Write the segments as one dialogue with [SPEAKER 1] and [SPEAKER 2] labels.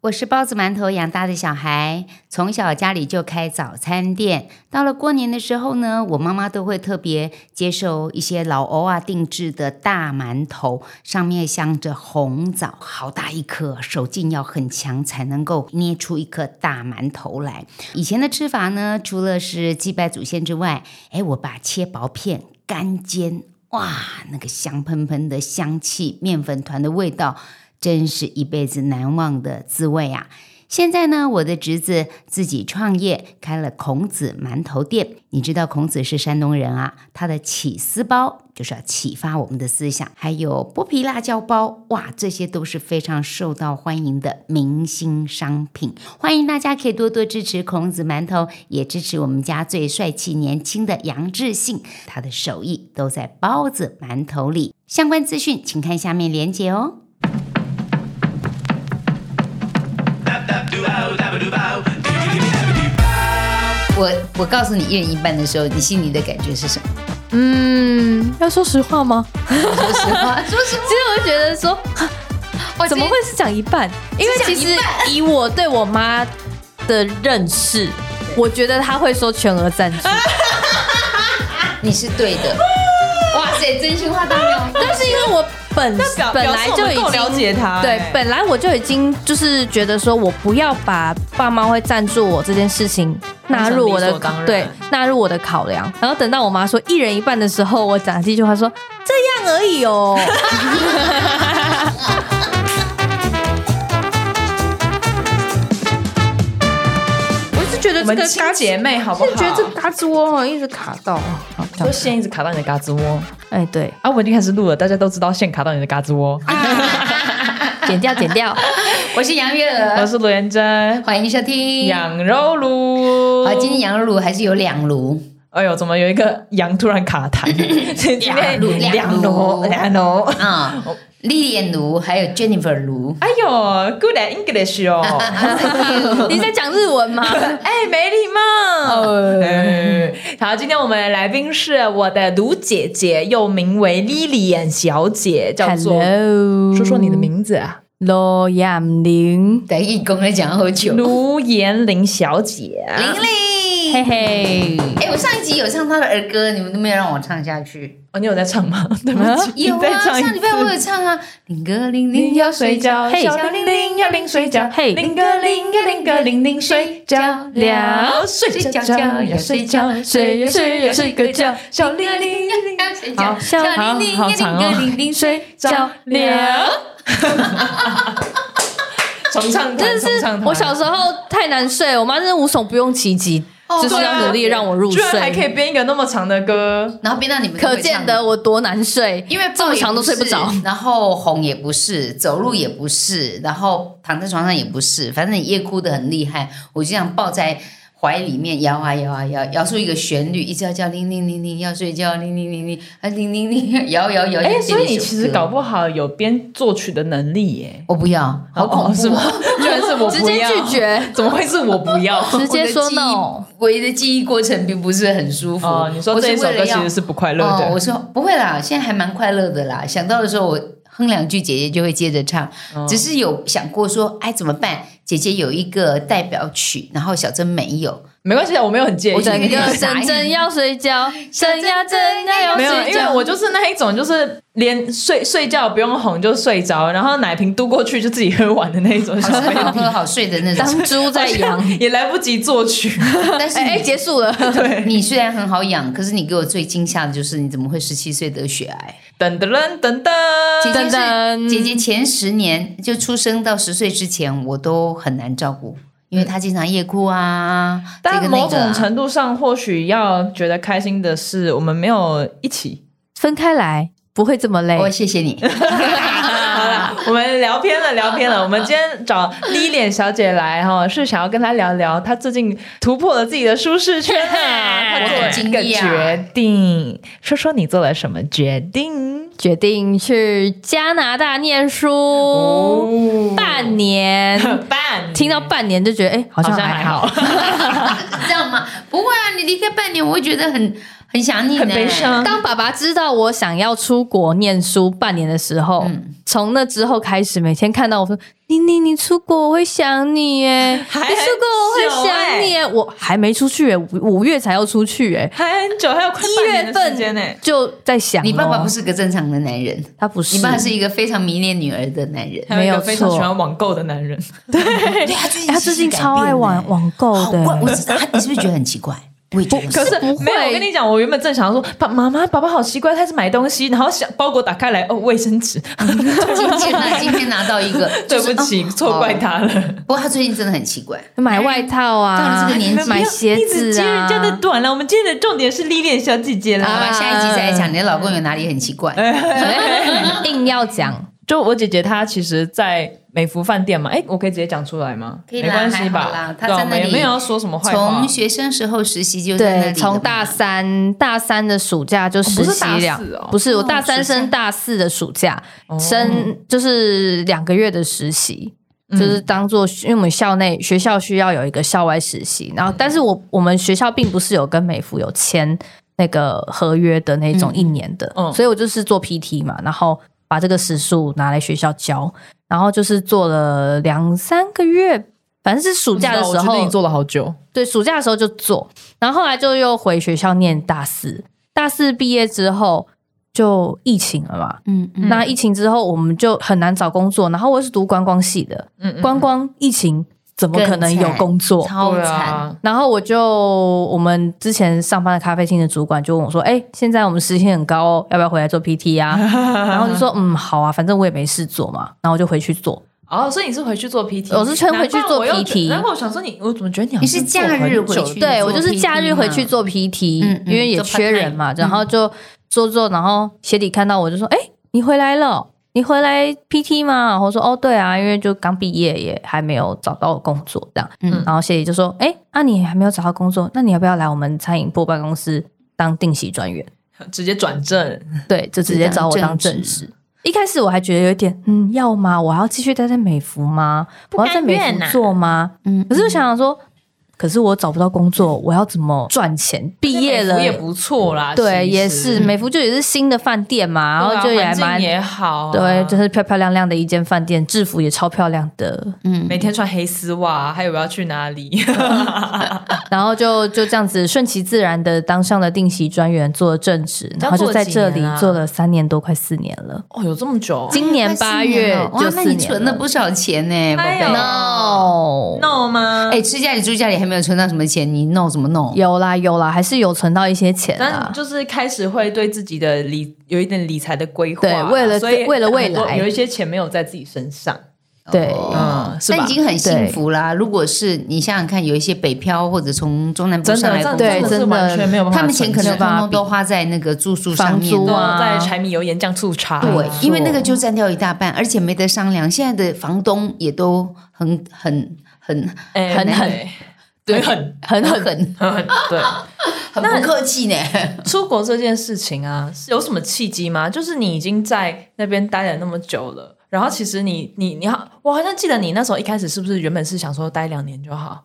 [SPEAKER 1] 我是包子馒头养大的小孩，从小家里就开早餐店。到了过年的时候呢，我妈妈都会特别接受一些老欧啊定制的大馒头，上面镶着红枣，好大一颗，啊手劲要很强才能够捏出一颗大馒头来。以前的吃法呢，除了是祭拜祖先之外，哎，我把切薄片干煎，哇，那个香喷喷的香气，面粉团的味道。真是一辈子难忘的滋味啊！现在呢，我的侄子自己创业，开了孔子馒头店。你知道孔子是山东人啊，他的起司包就是要启发我们的思想，还有剥皮辣椒包，哇，这些都是非常受到欢迎的明星商品。欢迎大家可以多多支持孔子馒头，也支持我们家最帅气年轻的杨志信，他的手艺都在包子馒头里。相关资讯请看下面链接哦。我我告诉你一人一半的时候，你心里的感觉是 什么？
[SPEAKER 2] 嗯，要说实话吗？
[SPEAKER 1] 说实话，说实话，
[SPEAKER 2] 其实我就觉得说，
[SPEAKER 1] 我
[SPEAKER 2] 怎么会是讲一半？因为其实以我对我妈的认识，我觉得她会说全额赞 助，
[SPEAKER 1] 你是对的？哇塞，真心话大冒险！
[SPEAKER 2] 但是因为我本
[SPEAKER 3] 那表
[SPEAKER 2] 本来就已
[SPEAKER 3] 表示我们够
[SPEAKER 2] 经
[SPEAKER 3] 了解她
[SPEAKER 2] 对
[SPEAKER 3] 哎，
[SPEAKER 2] 本来我就已经就是觉得说我不要把爸妈会赞助我这件事情纳入我
[SPEAKER 3] 当成理所
[SPEAKER 2] 的
[SPEAKER 3] 当然
[SPEAKER 2] 对纳入我的考量。然后等到我妈说一人一半的时候，我讲了这句话说这样而已 哦。
[SPEAKER 3] 我是觉得
[SPEAKER 4] 我
[SPEAKER 3] 这
[SPEAKER 4] 们
[SPEAKER 3] 个
[SPEAKER 4] 亲
[SPEAKER 3] 嘎
[SPEAKER 4] 姐妹好不好？
[SPEAKER 2] 觉得这嘎吱窝哦一直卡到，
[SPEAKER 3] 嗯
[SPEAKER 2] 好
[SPEAKER 4] 你说线一直卡到你的嘎吱窝
[SPEAKER 2] 哎对，
[SPEAKER 4] 啊！我已经开始录了，大家都知道线卡到你的嘎吱窝。
[SPEAKER 2] 剪掉剪掉。
[SPEAKER 1] 我是杨月
[SPEAKER 4] 我
[SPEAKER 1] 娥，
[SPEAKER 4] 是罗元珍，
[SPEAKER 1] 欢迎收听。
[SPEAKER 4] 羊肉炉。
[SPEAKER 1] 好，今天羊肉炉还是有两炉，
[SPEAKER 4] 哎呦，怎么有一个羊突然卡痰？今天
[SPEAKER 1] 炉两
[SPEAKER 4] 两
[SPEAKER 1] 炉
[SPEAKER 4] 楼两楼。
[SPEAKER 1] 啊、
[SPEAKER 2] 哦
[SPEAKER 1] 丽莲炉还有 Jennifer 炉。
[SPEAKER 4] 哎呦，Good at English 哦，
[SPEAKER 2] 你在讲日文吗？
[SPEAKER 4] 哎，没礼貌。哎好，今天我们的来宾是我的卢姐姐，又名为 Lilian 小姐，叫做
[SPEAKER 2] Hello，
[SPEAKER 4] 说说你的名字啊，
[SPEAKER 2] 罗艳玲，
[SPEAKER 1] 等义工在讲好久，玲
[SPEAKER 4] 卢妍玲小姐。
[SPEAKER 1] 玲，
[SPEAKER 2] 嘿嘿，
[SPEAKER 1] 哎、我上一集有唱她的儿歌，你们都没有让我唱下去。
[SPEAKER 4] 哦，你有在唱吗？对不起，
[SPEAKER 1] 有
[SPEAKER 4] 再
[SPEAKER 1] 啊，
[SPEAKER 4] 唱一
[SPEAKER 1] 上礼拜我有唱啊，林哥林林要睡觉，
[SPEAKER 2] 嘿
[SPEAKER 1] 小玲玲要零睡觉，
[SPEAKER 2] 嘿
[SPEAKER 1] 林哥林哥林哥玲玲睡觉了，睡觉觉要睡觉，睡呀睡呀睡个觉，小玲玲要睡觉，小玲玲要林哥玲玲睡觉了。
[SPEAKER 4] 重唱团，
[SPEAKER 2] 真的
[SPEAKER 4] 重唱
[SPEAKER 2] 是
[SPEAKER 4] 团。
[SPEAKER 2] 我小时候太难睡，我妈真的无所不用其极，
[SPEAKER 1] 哦
[SPEAKER 2] 就是
[SPEAKER 4] 对啊
[SPEAKER 2] 要努力让我入
[SPEAKER 4] 居然还可
[SPEAKER 2] 睡。
[SPEAKER 4] 以编一个那么长的歌，
[SPEAKER 1] 然后变到你们都会
[SPEAKER 2] 可见
[SPEAKER 1] 唱
[SPEAKER 2] 得我多难睡，
[SPEAKER 1] 因为
[SPEAKER 2] 这么
[SPEAKER 1] 抱也
[SPEAKER 2] 长都睡不
[SPEAKER 1] 是
[SPEAKER 2] 着。
[SPEAKER 1] 然后哄也不是，走路也不是，然后躺在床上也不是，反正你夜哭的很厉害，我就这样抱在怀里面摇啊摇啊摇，摇出一个旋律，一直要叫铃铃铃铃要睡觉，铃铃铃铃啊铃铃铃，摇摇摇。
[SPEAKER 4] 哎、
[SPEAKER 1] 就
[SPEAKER 4] 所
[SPEAKER 1] 变
[SPEAKER 4] 以你
[SPEAKER 1] 一首
[SPEAKER 4] 其实
[SPEAKER 1] 歌
[SPEAKER 4] 搞不好有编作曲的能力耶，
[SPEAKER 1] 我不要，好恐怖、
[SPEAKER 4] 哦是吗？？居然是我
[SPEAKER 2] 直
[SPEAKER 4] 不
[SPEAKER 2] 接
[SPEAKER 4] 要，
[SPEAKER 2] 拒，绝，
[SPEAKER 4] 怎么 会是我不要？
[SPEAKER 2] 直接说 no。
[SPEAKER 1] 我的记忆。我的记忆过程并不是很舒服。
[SPEAKER 4] 哦，你说这一
[SPEAKER 1] 我是
[SPEAKER 4] 首
[SPEAKER 1] 为
[SPEAKER 4] 歌
[SPEAKER 1] 了
[SPEAKER 4] 其
[SPEAKER 1] 要
[SPEAKER 4] 实是不快乐的，
[SPEAKER 1] 哦。我说不会啦，现在还蛮快乐的啦。想到的时候，我哼两句，姐姐就会接着唱。
[SPEAKER 4] 嗯
[SPEAKER 1] 只是有想过说，哎，怎么办？姐姐有一个代表曲，然后小珍没 有。
[SPEAKER 4] 没关系，啊，我没有很介意。
[SPEAKER 1] 我整
[SPEAKER 2] 整个
[SPEAKER 1] 傻眼
[SPEAKER 2] 真真要睡觉，真呀真呀要
[SPEAKER 4] 没有，
[SPEAKER 2] 睡
[SPEAKER 4] 因为
[SPEAKER 2] 觉。
[SPEAKER 4] 我就是那一种，就是连睡睡觉不用哄就睡着，然后奶瓶嘟过去就自己喝完的那一种，
[SPEAKER 1] 好吃好喝好睡的那种，
[SPEAKER 2] 当猪在 养，
[SPEAKER 4] 也来不及作曲。
[SPEAKER 1] 但是
[SPEAKER 2] 哎哎，
[SPEAKER 1] 你
[SPEAKER 2] 结束了。
[SPEAKER 4] 对，
[SPEAKER 1] 你虽然很好养，可是你给我最惊吓的就是你怎么会十七岁得血癌？
[SPEAKER 4] 噔噔噔噔
[SPEAKER 1] 姐
[SPEAKER 4] 噔，
[SPEAKER 1] 姐是
[SPEAKER 2] 噔噔
[SPEAKER 1] 姐姐前十年就出生到十岁之前，我都很难照顾，因为她经常夜哭啊，这
[SPEAKER 4] 但
[SPEAKER 1] 个
[SPEAKER 4] 某
[SPEAKER 1] 那个
[SPEAKER 4] 种
[SPEAKER 1] 啊。
[SPEAKER 4] 程度上，或许要觉得开心的是，我们没有一起。
[SPEAKER 2] 分开来不会这么累。
[SPEAKER 1] 我哦谢谢 你。
[SPEAKER 4] 好啦，我们聊偏了，聊偏了。我们今天找 l 脸小姐来哈，是想要跟她聊聊她最近突破了自己的舒适圈啊， 她做了一个决 定，说说你做了什么决定？
[SPEAKER 2] 决定去加拿大念书、
[SPEAKER 4] 哦
[SPEAKER 2] 半 年，
[SPEAKER 4] 半
[SPEAKER 2] 听到半年就觉得哎、好
[SPEAKER 4] 好
[SPEAKER 2] 像
[SPEAKER 4] 像
[SPEAKER 2] 还
[SPEAKER 4] 还
[SPEAKER 2] 好。
[SPEAKER 4] 好，
[SPEAKER 1] 这样吗？不会啊，你离开半年，我会觉得很很想你呢，
[SPEAKER 4] 很悲伤
[SPEAKER 2] 当爸爸知道我想要出国念书半年的时候，从那之后开始，每天看到我说：“妮妮，你出国我会想你耶，你出
[SPEAKER 4] 还
[SPEAKER 2] 国
[SPEAKER 4] 很
[SPEAKER 2] 我会
[SPEAKER 4] 久
[SPEAKER 2] 想
[SPEAKER 4] 欸
[SPEAKER 2] 你耶。”我还没出去耶，五五月才要出去耶，
[SPEAKER 4] 还很久，还有快
[SPEAKER 2] 一
[SPEAKER 4] 半
[SPEAKER 2] 月
[SPEAKER 4] 年的时间呢、哎
[SPEAKER 2] 份就在想咯。
[SPEAKER 1] 你爸爸不是个正常的男
[SPEAKER 4] 哦
[SPEAKER 1] 人，
[SPEAKER 2] 他不是，
[SPEAKER 1] 你爸是一个非常迷恋女儿的男 人。
[SPEAKER 4] 还有
[SPEAKER 2] 没
[SPEAKER 4] 一个
[SPEAKER 2] 有
[SPEAKER 4] 非常
[SPEAKER 2] 错
[SPEAKER 4] 喜欢网购的男人，
[SPEAKER 1] 对他最
[SPEAKER 2] 欸他最近超爱网网购
[SPEAKER 1] 好
[SPEAKER 2] 的
[SPEAKER 1] 怪，我知道他，你是不是觉得很奇怪？我也觉得很奇
[SPEAKER 4] 可
[SPEAKER 1] 怪，
[SPEAKER 4] 是
[SPEAKER 2] 不会
[SPEAKER 4] 没有。我跟你讲，我原本正想说，爸妈妈爸爸好奇怪，他是买东西，然后想包裹打开来，哦，卫生纸，
[SPEAKER 1] 今天呢，今天拿到一个，
[SPEAKER 4] 对
[SPEAKER 1] 就是
[SPEAKER 4] 不起，
[SPEAKER 1] 哦
[SPEAKER 4] 错怪他了。
[SPEAKER 1] 不过他最近真的很奇怪，
[SPEAKER 2] 买外套
[SPEAKER 1] 到
[SPEAKER 2] 啊，
[SPEAKER 1] 了这个年纪
[SPEAKER 2] 买鞋
[SPEAKER 4] 一直
[SPEAKER 2] 子
[SPEAKER 4] 接人
[SPEAKER 2] 啊，
[SPEAKER 4] 家的短了，我们今天的重点是历练小姐姐
[SPEAKER 1] 好
[SPEAKER 4] 啦。
[SPEAKER 1] 吧，下一集再来讲你的老公有哪里很奇怪。
[SPEAKER 2] 硬要讲，
[SPEAKER 4] 就我姐姐她其实，在美福饭店嘛，哎，我可以直接讲出来吗？
[SPEAKER 1] 可以啦
[SPEAKER 4] 没关系
[SPEAKER 1] 还好啦
[SPEAKER 4] 吧？
[SPEAKER 1] 她
[SPEAKER 4] 对啊
[SPEAKER 1] 在
[SPEAKER 4] 我
[SPEAKER 1] 那
[SPEAKER 4] 们也
[SPEAKER 1] 里
[SPEAKER 4] 没有要说什么坏话
[SPEAKER 1] 从。学生时候实习就在那里
[SPEAKER 2] 对，
[SPEAKER 1] 了
[SPEAKER 2] 从
[SPEAKER 1] 嘛
[SPEAKER 2] 大三大三的暑假就实习了
[SPEAKER 4] 哦不是大四哦，
[SPEAKER 2] 不是我
[SPEAKER 1] 哦
[SPEAKER 2] 大三
[SPEAKER 1] 暑
[SPEAKER 2] 升
[SPEAKER 1] 假
[SPEAKER 2] 大四的暑假，
[SPEAKER 4] 哦
[SPEAKER 2] 升就是两个月的实习。
[SPEAKER 4] 嗯
[SPEAKER 2] 就是当做，因为我们校内学校需要有一个校外实习，
[SPEAKER 4] 嗯
[SPEAKER 2] 然后，但是我我们学校并不是有跟美孚有签那个合约的那种一年的，
[SPEAKER 4] 嗯
[SPEAKER 2] 所以我就是做 PT 嘛，然后把这个时数拿来学校教，然后就是做了两三个月，反正是暑
[SPEAKER 4] 暑
[SPEAKER 2] 假的时
[SPEAKER 4] 嗯我觉得
[SPEAKER 2] 候
[SPEAKER 4] 你，做了好久，
[SPEAKER 2] 对，暑假的时候就做，然后后来就又回学校念大四，大四毕业之后就疫情了嘛，
[SPEAKER 1] 嗯嗯，
[SPEAKER 2] 那疫情之后，我们就很难找工作。然后我是读观光系的，
[SPEAKER 4] 嗯嗯，
[SPEAKER 2] 观光疫情怎么可能有工作？
[SPEAKER 1] 超
[SPEAKER 4] 对
[SPEAKER 1] 惨，
[SPEAKER 4] 啊，
[SPEAKER 2] 然后我就我们之前上班的咖啡厅的主管就问我说：“哎、现在我们时薪很高哦，要不要回来做 PT 啊？”然后就说：“嗯，好啊，反正我也没事做嘛。”然后我就回去做。
[SPEAKER 4] 哦，所以你是回去做 PT，
[SPEAKER 2] 我是先回去做
[SPEAKER 4] 难怪我又觉
[SPEAKER 2] PT
[SPEAKER 4] 难怪我想说你，我怎么觉得你好像
[SPEAKER 1] 你是假日回
[SPEAKER 4] 做很久
[SPEAKER 1] 去，
[SPEAKER 2] 对
[SPEAKER 1] 做
[SPEAKER 2] 我就是假日
[SPEAKER 1] PT
[SPEAKER 2] 回去
[SPEAKER 1] 嘛，
[SPEAKER 2] 做 PT，、
[SPEAKER 1] 嗯嗯
[SPEAKER 2] 因为也缺人嘛，
[SPEAKER 1] 做嗯 part-time
[SPEAKER 2] 然后就做做，然后鞋底看到我就说：“哎、你回来了。”你回来 PT 吗？我说哦，对啊，因为就刚毕业，也还没有找到工作这样。
[SPEAKER 1] 嗯
[SPEAKER 2] 然后谢姐就说：“哎、啊，你还没有找到工作，那你要不要来我们餐饮部办公室当定席专员？
[SPEAKER 4] 直接转正，
[SPEAKER 2] 对，就直接找我当正职。一开始我还觉得有一点，嗯，要吗？我还要继续待在美孚吗？我
[SPEAKER 4] 啊
[SPEAKER 2] 要在美孚做吗？
[SPEAKER 1] 嗯
[SPEAKER 2] 可是我想想说，可是我找不到工作，我要怎么赚钱？毕业了
[SPEAKER 4] 美孚也不错啦，
[SPEAKER 2] 对，
[SPEAKER 4] 其实
[SPEAKER 2] 也是美孚就也是新的饭店嘛，然
[SPEAKER 4] 对啊
[SPEAKER 2] 后就也还
[SPEAKER 4] 环境
[SPEAKER 2] 蛮
[SPEAKER 4] 也好啊，
[SPEAKER 2] 对，就是漂漂亮亮的一间饭店，制服也超漂亮的，
[SPEAKER 1] 嗯
[SPEAKER 4] 每天穿黑丝袜，还有要去 哪里？
[SPEAKER 2] 然后就就这样子顺其自然的当上了定席专员，做了正职，
[SPEAKER 4] 这
[SPEAKER 2] 然
[SPEAKER 4] 样
[SPEAKER 2] 后就
[SPEAKER 4] 做
[SPEAKER 2] 在
[SPEAKER 4] 了几
[SPEAKER 2] 这里
[SPEAKER 4] 年啊
[SPEAKER 2] 做了三年多，快四年了。
[SPEAKER 4] 哦，有这么久
[SPEAKER 2] 今年八月
[SPEAKER 1] 哇
[SPEAKER 2] 就，
[SPEAKER 1] 那
[SPEAKER 2] 四
[SPEAKER 1] 你
[SPEAKER 2] 年
[SPEAKER 1] 存了不少钱呢，宝
[SPEAKER 4] 哎
[SPEAKER 1] 贝
[SPEAKER 4] 呦。
[SPEAKER 2] 哦。
[SPEAKER 4] ？no 吗？
[SPEAKER 1] 哎，吃家里住家里还没有存到什么钱，你弄什么弄？
[SPEAKER 2] 有啦有啦，还是有存到一些钱啊
[SPEAKER 4] 但
[SPEAKER 2] 啦。
[SPEAKER 4] 就是开始会对自己的理有一点理财的规划，
[SPEAKER 2] 对为了
[SPEAKER 4] 所以
[SPEAKER 2] 为了未
[SPEAKER 4] 很多
[SPEAKER 2] 来
[SPEAKER 4] 有一些钱没有在自己身上，
[SPEAKER 2] 对
[SPEAKER 1] 哦
[SPEAKER 4] 嗯，是
[SPEAKER 1] 那
[SPEAKER 4] 吧
[SPEAKER 1] 已？经很幸福啦。如果是你想想看，有一些北漂或者从中南部
[SPEAKER 4] 真
[SPEAKER 1] 上
[SPEAKER 4] 的，
[SPEAKER 1] 来
[SPEAKER 4] 这
[SPEAKER 1] 工
[SPEAKER 4] 样
[SPEAKER 1] 作
[SPEAKER 2] 对
[SPEAKER 4] 真的
[SPEAKER 1] 的，
[SPEAKER 4] 是
[SPEAKER 2] 真的
[SPEAKER 4] 完全没有办法
[SPEAKER 1] 他们钱可
[SPEAKER 4] 存
[SPEAKER 1] 能
[SPEAKER 4] 钱
[SPEAKER 1] 通
[SPEAKER 2] 没有办法
[SPEAKER 1] 通
[SPEAKER 2] 比
[SPEAKER 1] 都花在那个住宿上
[SPEAKER 2] 房
[SPEAKER 1] 面
[SPEAKER 2] 租
[SPEAKER 1] 了
[SPEAKER 2] 啊
[SPEAKER 4] 然后在柴米油盐酱醋茶，
[SPEAKER 1] 对，因为那个
[SPEAKER 2] 错
[SPEAKER 1] 就占掉一大半，而且没得商量。现在的房东也都很很很
[SPEAKER 4] 哎
[SPEAKER 2] 很狠
[SPEAKER 4] 对对很
[SPEAKER 1] 很很
[SPEAKER 4] 很狠对。
[SPEAKER 1] 很不客气呢。
[SPEAKER 4] 出国这件事情啊，是有什么契机吗？就是你已经在那边待了那么久了，然后其实你你你好，我好像记得你那时候一开始是不是原本是想说待两年就好？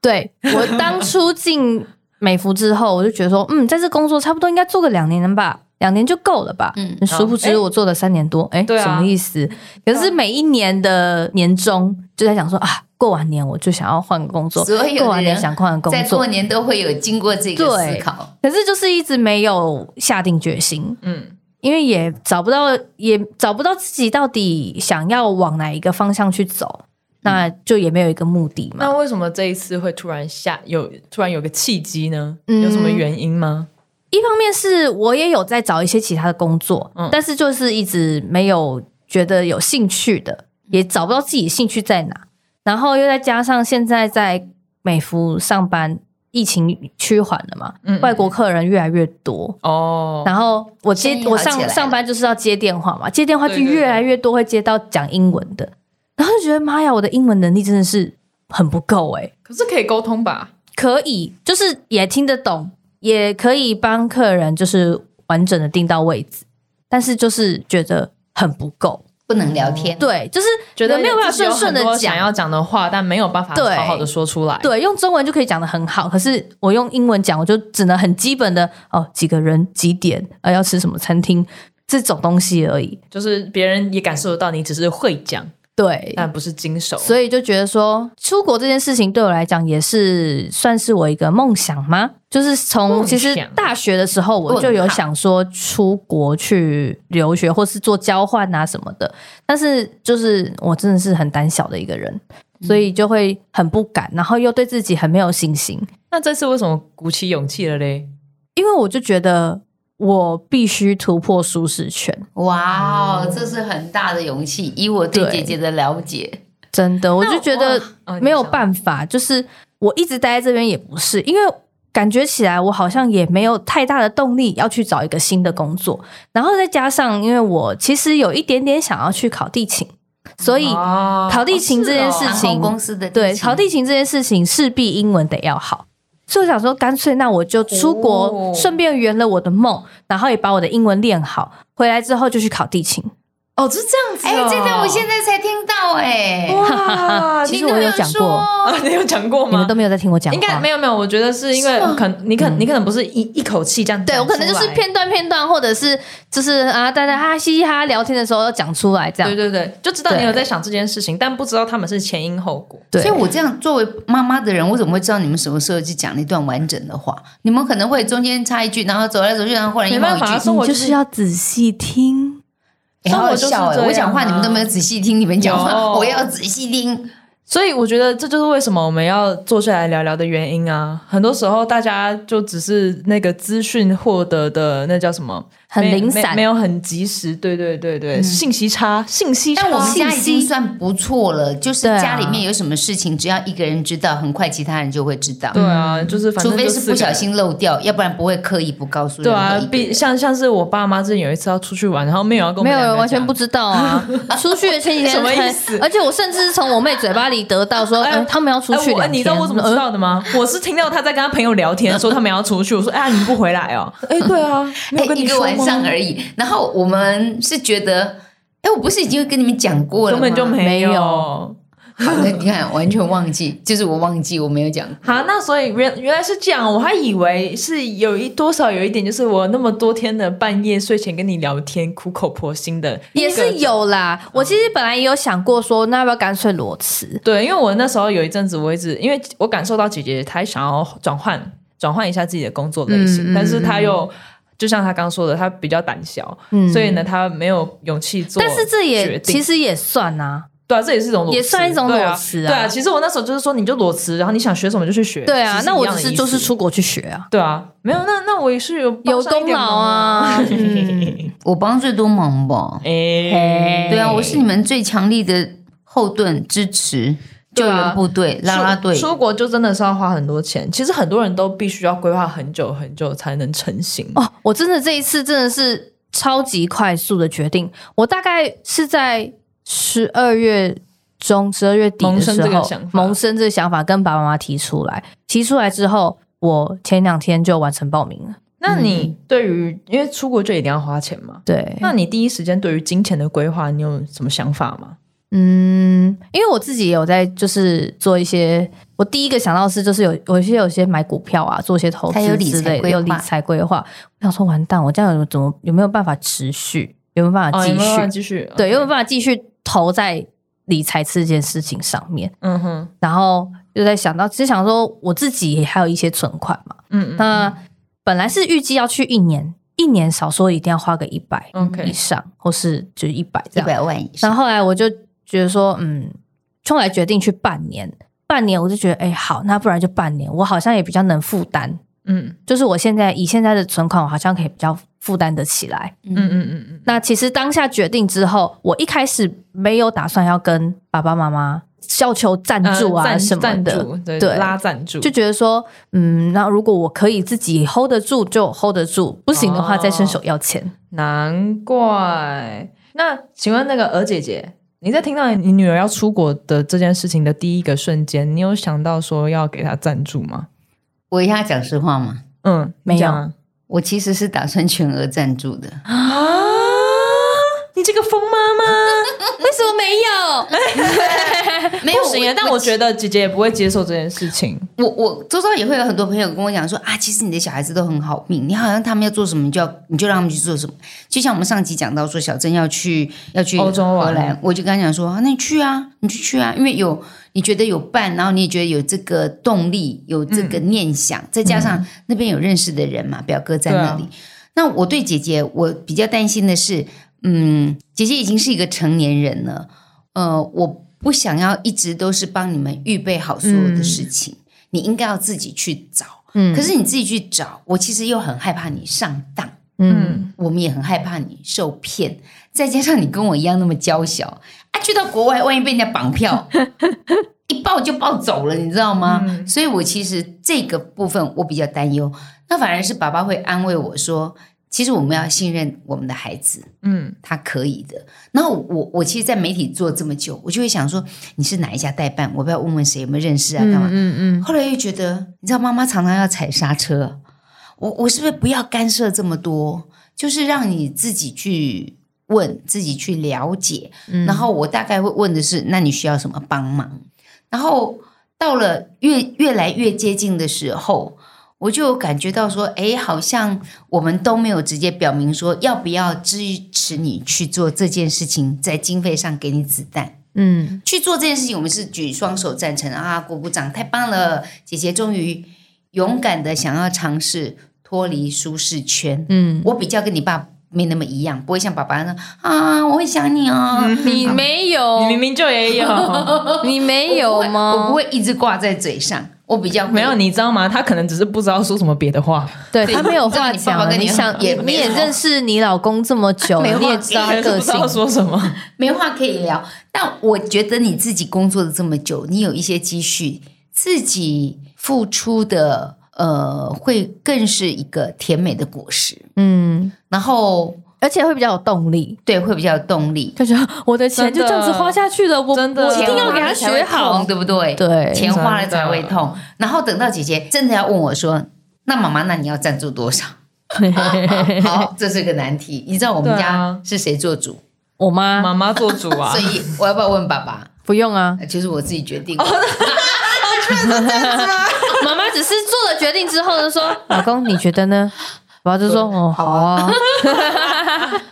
[SPEAKER 2] 对我当初进美孚之后，我就觉得说，嗯，在这工作差不多应该做个两年了吧，两年就够了吧。
[SPEAKER 1] 嗯
[SPEAKER 2] 嗯，殊不知
[SPEAKER 4] 哎
[SPEAKER 2] 我做了三年多，哎、
[SPEAKER 4] 对啊
[SPEAKER 2] 什么意思？可是每一年的年终就在想说啊，过完年我就想要换个工作，
[SPEAKER 1] 所有的人
[SPEAKER 2] 过完年想换个工
[SPEAKER 1] 在
[SPEAKER 2] 作
[SPEAKER 1] 过，年都会有经过这个思考，
[SPEAKER 2] 可是就是一直没有下定决心。
[SPEAKER 4] 嗯，
[SPEAKER 2] 因为也找不到，也找不到自己到底想要往哪一个方向去走，那就也没有一个目的嘛。
[SPEAKER 4] 嗯那为什么这一次会突然下有突然有个契机呢？
[SPEAKER 2] 嗯
[SPEAKER 4] 有什么原因吗？
[SPEAKER 2] 一方面是我也有在找一些其他的工作，
[SPEAKER 4] 嗯
[SPEAKER 2] 但是就是一直没有觉得有兴趣的，也找不到自己兴趣在哪。然后又再加上现在在美孚上班，疫情趋缓了嘛，
[SPEAKER 4] 嗯
[SPEAKER 2] 外国客人越来越多。
[SPEAKER 4] 哦，
[SPEAKER 2] 然后我接
[SPEAKER 1] 生意好
[SPEAKER 2] 我
[SPEAKER 1] 起来
[SPEAKER 2] 上
[SPEAKER 1] 了
[SPEAKER 2] 上班就是要接电话嘛，接电话就
[SPEAKER 4] 对对对
[SPEAKER 2] 越来越多会接到讲英文的，然后就觉得妈呀，我的英文能力真的是很不够哎、
[SPEAKER 4] 可是可以沟通吧？
[SPEAKER 2] 可以，就是也听得懂，也可以帮客人就是完整的订到位置，但是就是觉得很不够。
[SPEAKER 1] 不能聊天。
[SPEAKER 4] 嗯
[SPEAKER 2] 对，就是
[SPEAKER 4] 觉得
[SPEAKER 2] 没有办法
[SPEAKER 4] 自己有
[SPEAKER 2] 顺顺
[SPEAKER 4] 很
[SPEAKER 2] 的
[SPEAKER 4] 多
[SPEAKER 2] 讲。
[SPEAKER 4] 想要讲的话，但没有办法
[SPEAKER 2] 对
[SPEAKER 4] 好好的说出来。
[SPEAKER 2] 对，用中文就可以讲的很好，可是我用英文讲，我就只能很基本的哦，几个人几点，呃，要吃什么餐厅这种东西而已。
[SPEAKER 4] 就是别人也感受得到你只是会讲，
[SPEAKER 2] 对，
[SPEAKER 4] 但不是经手。
[SPEAKER 2] 所以就觉得说出国这件事情对我来讲也是算是我一个梦想吗？就是从
[SPEAKER 4] 梦
[SPEAKER 2] 其实
[SPEAKER 4] 想
[SPEAKER 2] 大学的时候我就有想说出国去留学或是做交换啊什么的，但是就是我真的是很胆小的一个人，
[SPEAKER 4] 嗯
[SPEAKER 2] 所以就会很不敢，然后又对自己很没有信心，
[SPEAKER 4] 那这次为什么鼓起勇气了嘞？
[SPEAKER 2] 因为我就觉得我必须突破舒适圈，
[SPEAKER 1] 哇哦，这是很大的勇气。以我对
[SPEAKER 2] 对
[SPEAKER 1] 姐姐的了解，
[SPEAKER 2] 真的，我就觉得
[SPEAKER 4] 哇哦你
[SPEAKER 2] 没有
[SPEAKER 4] 想
[SPEAKER 2] 办法，就是我一直待在这边也不是，因为感觉起来我好像也没有太大的动力要去找一个新的工作，然后再加上因为我其实有一点点想要去考地勤，所以
[SPEAKER 4] 哦
[SPEAKER 2] 考地勤这件事
[SPEAKER 1] 航
[SPEAKER 2] 情，
[SPEAKER 1] 空公司的
[SPEAKER 2] 对
[SPEAKER 1] 情
[SPEAKER 2] 考地勤这件事情势必英文得要好。所以我想说，干脆那我就出国
[SPEAKER 4] 哦，
[SPEAKER 2] 顺便圆了我的梦，然后也把我的英文练好。回来之后就去考地勤。
[SPEAKER 4] 哦，是这样子
[SPEAKER 1] 哎，
[SPEAKER 4] 哦。
[SPEAKER 1] 这个我现在才听到哎，
[SPEAKER 4] 哇，
[SPEAKER 2] 其
[SPEAKER 4] 你
[SPEAKER 2] 实我有讲过，
[SPEAKER 4] 啊你有讲过
[SPEAKER 2] 你
[SPEAKER 4] 吗
[SPEAKER 2] 们都？没有在听我讲话。啊嗯
[SPEAKER 4] 应该没有没有，我觉得是因为可能你可你可能不是一一口气这样讲
[SPEAKER 2] 对
[SPEAKER 4] 出
[SPEAKER 2] 我
[SPEAKER 4] 来，
[SPEAKER 2] 可能就是片段片段，或者是就是啊，大家哈嘻嘻哈哈聊天的时候要讲出来这样
[SPEAKER 4] 对。对对，就知道你有
[SPEAKER 2] 对
[SPEAKER 4] 在想这件事情，但不知道他们是前因后果。
[SPEAKER 2] 对
[SPEAKER 1] 所以，我这样作为妈妈的人，我怎么会知道你们什么时候去讲那段完整的话？你们可能会中间插一句，然后走来走去，然后忽然又
[SPEAKER 4] 没办
[SPEAKER 1] 冒一句
[SPEAKER 4] 法，生活
[SPEAKER 2] 你就是要仔细听。
[SPEAKER 1] 哎好好笑哎、
[SPEAKER 4] 生活就是这样啊
[SPEAKER 1] 我讲话你们都没有仔细听，你们讲话
[SPEAKER 4] 有
[SPEAKER 1] 我要仔细听。
[SPEAKER 4] 所以我觉得这就是为什么我们要坐下来聊聊的原因啊。很多时候大家就只是那个资讯获得的那叫什么，
[SPEAKER 2] 很
[SPEAKER 4] 没
[SPEAKER 2] 零散嗯
[SPEAKER 4] 没没有很及时。对对对对，信息差，信息差。
[SPEAKER 1] 但我们
[SPEAKER 2] 信
[SPEAKER 1] 哦家已经
[SPEAKER 2] 息
[SPEAKER 1] 算不错了，就是
[SPEAKER 2] 对啊
[SPEAKER 1] 家里面有什么事情，只要一个人知道，很快其他人就会知道。
[SPEAKER 4] 对啊，就是反正
[SPEAKER 1] 除非
[SPEAKER 4] 就是四个
[SPEAKER 1] 不小心漏掉，要不然不会刻意不告诉
[SPEAKER 4] 对
[SPEAKER 1] 任
[SPEAKER 4] 啊
[SPEAKER 1] 何一，个
[SPEAKER 4] 比
[SPEAKER 1] 人。
[SPEAKER 4] 像像是我爸妈之前有一次要出去玩，然后没有要跟我
[SPEAKER 2] 没有
[SPEAKER 4] 们两
[SPEAKER 2] 人
[SPEAKER 4] 个
[SPEAKER 2] 完全
[SPEAKER 4] 讲
[SPEAKER 2] 不知道啊！ 出去的前几天
[SPEAKER 4] 什么
[SPEAKER 2] 才
[SPEAKER 4] 意思
[SPEAKER 2] 而且我甚至是从我妹嘴巴里得到说，
[SPEAKER 4] 哎
[SPEAKER 2] 嗯，他们要出
[SPEAKER 4] 哎
[SPEAKER 2] 去
[SPEAKER 4] 我哎
[SPEAKER 2] 两
[SPEAKER 4] 你
[SPEAKER 2] 天
[SPEAKER 4] 知道我怎么知？
[SPEAKER 2] 嗯
[SPEAKER 4] 道的吗？ 我是听到他在跟他朋友聊天，说他们要出去。我说：“哎呀，你们不回来哦？”哎，对啊，没有
[SPEAKER 1] 哎
[SPEAKER 4] 跟
[SPEAKER 1] 一
[SPEAKER 4] 你
[SPEAKER 1] 个
[SPEAKER 4] 说
[SPEAKER 1] 晚上
[SPEAKER 4] 吗？
[SPEAKER 1] 而已。然后我们是觉得，哎，我不是已经跟你们讲过了
[SPEAKER 4] 根
[SPEAKER 1] 吗？
[SPEAKER 4] 本就
[SPEAKER 2] 没有
[SPEAKER 4] 有。
[SPEAKER 1] 好的，你看完全忘记，就是我忘记我没有讲。
[SPEAKER 4] 好，那所以原原来是这样，我还以为是有一多少有一点，就是我那么多天的半夜睡前跟你聊天，苦口婆心的
[SPEAKER 2] 也是。有啦。我其实本来也有想过说，那要不要干脆裸辞？
[SPEAKER 4] 对，因为我那时候有一阵子，我一直因为我感受到姐姐她想要转换转换一下自己的工作类型，
[SPEAKER 1] 嗯嗯
[SPEAKER 4] 但是她又就像她刚说的，她比较胆小，
[SPEAKER 2] 嗯
[SPEAKER 4] 所以呢，她没有勇气做决
[SPEAKER 2] 但
[SPEAKER 4] 定。
[SPEAKER 2] 是这也其实也算啊，
[SPEAKER 4] 对啊，这也是一种裸辞
[SPEAKER 2] 也算一种裸辞啊
[SPEAKER 4] 对啊。对啊，其实我那时候就是说，你就裸辞，然后你想学什么就去学。
[SPEAKER 2] 对啊
[SPEAKER 4] 其。实
[SPEAKER 2] 那我
[SPEAKER 4] 一样
[SPEAKER 2] 只
[SPEAKER 4] 的
[SPEAKER 2] 是
[SPEAKER 4] 意思
[SPEAKER 2] 就是出国去学啊，
[SPEAKER 4] 对啊，没有那那我也是有帮
[SPEAKER 2] 有
[SPEAKER 4] 上一
[SPEAKER 2] 功
[SPEAKER 4] 点
[SPEAKER 2] 劳
[SPEAKER 4] 忙嗯
[SPEAKER 2] 啊。 嗯
[SPEAKER 1] 我帮最多忙吧？
[SPEAKER 4] 哎，
[SPEAKER 1] 对啊，我是你们最强力的后盾支持，救
[SPEAKER 4] 对啊
[SPEAKER 1] 援部队、拉拉队。
[SPEAKER 4] 出国就真的是要花很多钱，其实很多人都必须要规划很久很久才能成型。
[SPEAKER 2] 哦，我真的这一次真的是超级快速的决定，我大概是在十二月中、十二月底的
[SPEAKER 4] 萌
[SPEAKER 2] 时
[SPEAKER 4] 生
[SPEAKER 2] 候，
[SPEAKER 4] 这个想法
[SPEAKER 2] 萌生这个想法跟爸爸妈妈提出来，提出来之后，我前两天就完成报名了。
[SPEAKER 4] 那你对于因为出国就一定要花钱嘛？
[SPEAKER 2] 嗯对，
[SPEAKER 4] 那你第一时间对于金钱的规划，你有什么想法吗？
[SPEAKER 2] 嗯，因为我自己有在就是做一些，我第一个想到的是就是有有一些有些买股票啊，做一些投
[SPEAKER 1] 还有
[SPEAKER 2] 资
[SPEAKER 1] 理
[SPEAKER 2] 之
[SPEAKER 1] 财
[SPEAKER 2] 类的，
[SPEAKER 1] 规
[SPEAKER 2] 有理
[SPEAKER 1] 划
[SPEAKER 2] 财规划。我想说，完蛋，我这样有怎么有没有办法持续？有没有办法
[SPEAKER 4] 哦
[SPEAKER 2] 继
[SPEAKER 4] 有没有
[SPEAKER 2] 续？
[SPEAKER 4] 办法继续
[SPEAKER 2] 对，有没有
[SPEAKER 4] ，OK，
[SPEAKER 2] 办法继续投在理财这件事情上面？
[SPEAKER 4] 嗯哼，
[SPEAKER 2] 然后就在想到，只是想说我自己也还有一些存款嘛。
[SPEAKER 4] 嗯嗯
[SPEAKER 2] 那本来是预计要去一年，一年少说一定要花个一百以
[SPEAKER 4] ，OK，
[SPEAKER 2] 上，或是就一百
[SPEAKER 1] 一
[SPEAKER 2] 这样。
[SPEAKER 1] 百万以上
[SPEAKER 2] 然，后后来我就觉得说，嗯，后来决定去半年，半年我就觉得，哎、好，那不然就半年，我好像也比较能负担。
[SPEAKER 4] 嗯
[SPEAKER 2] 就是我现在以现在的存款，我好像可以比较负担得起来。
[SPEAKER 4] 嗯嗯嗯嗯嗯，
[SPEAKER 2] 那其实当下决定之后，我一开始没有打算要跟爸爸妈妈要求赞
[SPEAKER 4] 呃
[SPEAKER 2] 助啊
[SPEAKER 4] 赞
[SPEAKER 2] 什么
[SPEAKER 4] 赞
[SPEAKER 2] 的，
[SPEAKER 4] 助对
[SPEAKER 2] 对
[SPEAKER 4] 拉赞助
[SPEAKER 2] 就觉得说，嗯，那如果我可以自己 hold 得住就 hold 得住，不行的话
[SPEAKER 4] 哦
[SPEAKER 2] 再伸手要钱。
[SPEAKER 4] 难怪。那请问那个鹅姐姐，你在听到你女儿要出国的这件事情的第一个瞬间，你有想到说要给她赞助吗？
[SPEAKER 1] 我要讲实话嘛，
[SPEAKER 4] 嗯，
[SPEAKER 2] 没有
[SPEAKER 4] 你讲啊
[SPEAKER 1] 我其实是打算全额赞助的。
[SPEAKER 4] 啊！你这个疯妈妈，
[SPEAKER 2] 为什么没有？
[SPEAKER 1] 没
[SPEAKER 4] 不行
[SPEAKER 1] 有
[SPEAKER 4] 啊，，但我觉得姐姐也不会接受这件事情。
[SPEAKER 1] 我我周遭也会有很多朋友跟我讲说啊，其实你的小孩子都很好命，你好像他们要做什么，你就要你就让他们去做什么。就像我们上集讲到说，小珍要去要去
[SPEAKER 4] 欧洲玩
[SPEAKER 1] 荷兰，我就跟他讲说，啊那你去啊，你就去啊，因为有你觉得有伴，然后你也觉得有这个动力，有这个
[SPEAKER 4] 嗯
[SPEAKER 1] 念想，再加上那边有认识的人嘛，表哥在那里。
[SPEAKER 4] 对啊
[SPEAKER 1] 那我对姐姐，我比较担心的是，嗯，姐姐已经是一个成年人了，呃，我不想要一直都是帮你们预备好所有
[SPEAKER 4] 嗯
[SPEAKER 1] 的事情，你应该要自己去找。
[SPEAKER 2] 嗯
[SPEAKER 1] 可是你自己去找，我其实又很害怕你上当，
[SPEAKER 2] 嗯，
[SPEAKER 1] 我们也很害怕你受骗，再加上你跟我一样那么娇小啊，去到国外万一被人家绑 票，一抱就抱走了，你知道吗？
[SPEAKER 2] 嗯
[SPEAKER 1] 所以我其实这个部分我比较担忧，那反而是爸爸会安慰我说，其实我们要信任我们的孩子，
[SPEAKER 4] 嗯，
[SPEAKER 1] 他可以的。然后我我其实，在媒体做这么久，我就会想说，你是哪一家代办？我不要问问谁有没有认识啊，干嘛？
[SPEAKER 2] 嗯嗯
[SPEAKER 1] 后来又觉得，你知道，妈妈常常要踩刹车，我我是不是不要干涉这么多？就是让你自己去问，自己去了解。
[SPEAKER 2] 嗯
[SPEAKER 1] 然后我大概会问的是，那你需要什么帮忙？然后到了越越来越接近的时候，我就感觉到说，哎，好像我们都没有直接表明说要不要支持你去做这件事情，在经费上给你子弹。
[SPEAKER 2] 嗯
[SPEAKER 1] 去做这件事情，我们是举双手赞成啊，鼓鼓掌，太棒了！姐姐终于勇敢的想要尝试脱离舒适圈。
[SPEAKER 2] 嗯，
[SPEAKER 1] 我比较跟你爸没那么一样，不会像爸爸那啊，我会想你哦。
[SPEAKER 4] 嗯
[SPEAKER 2] 你 没
[SPEAKER 4] 你
[SPEAKER 2] 有，
[SPEAKER 4] 明明就也有，
[SPEAKER 2] 你没
[SPEAKER 1] 我
[SPEAKER 2] 有
[SPEAKER 1] 不会
[SPEAKER 2] 吗？
[SPEAKER 1] 我不会一直挂在嘴上，我比较会
[SPEAKER 4] 没有，你知道吗？他可能只是不知道说什么别的话。
[SPEAKER 2] 对
[SPEAKER 1] 对
[SPEAKER 2] 他没有话
[SPEAKER 1] 你爸爸
[SPEAKER 2] 讲，
[SPEAKER 1] 跟你
[SPEAKER 2] 你
[SPEAKER 1] 很
[SPEAKER 2] 想
[SPEAKER 1] 也
[SPEAKER 2] 也
[SPEAKER 1] 没
[SPEAKER 2] 你
[SPEAKER 1] 有
[SPEAKER 2] 也认识你老公这么久，
[SPEAKER 1] 没话
[SPEAKER 2] 你也知道他
[SPEAKER 4] 是
[SPEAKER 2] 个
[SPEAKER 4] 不知道
[SPEAKER 2] 性，
[SPEAKER 4] 说什么，
[SPEAKER 1] 没话可以聊。但我觉得你自己工作了这么久，你有一些积蓄，自己付出的呃，会更是一个甜美的果实。
[SPEAKER 2] 嗯，
[SPEAKER 1] 然后
[SPEAKER 2] 而且会比较有动力，
[SPEAKER 1] 对，会比较有动力。
[SPEAKER 2] 感觉我的钱就这样子花下去了，我
[SPEAKER 4] 真的
[SPEAKER 2] 我一定
[SPEAKER 1] 嗯
[SPEAKER 2] 要给他学好，
[SPEAKER 1] 对不对？
[SPEAKER 2] 对
[SPEAKER 4] 哎
[SPEAKER 1] 钱花了才会痛。然后等到姐姐真的要问我说：“那妈妈，那你要赞助多少？”好，这是个难题。你知道我们
[SPEAKER 4] 对
[SPEAKER 1] 家
[SPEAKER 4] 啊
[SPEAKER 1] 是谁做主，
[SPEAKER 2] 我妈
[SPEAKER 4] 妈妈做主啊
[SPEAKER 1] 所。以我要不要问爸爸？
[SPEAKER 2] 不用啊，
[SPEAKER 1] 就是我自己决定。
[SPEAKER 2] 妈妈只是做了决定之后呢，说老公你觉得呢？ 爸爸就说哦好啊，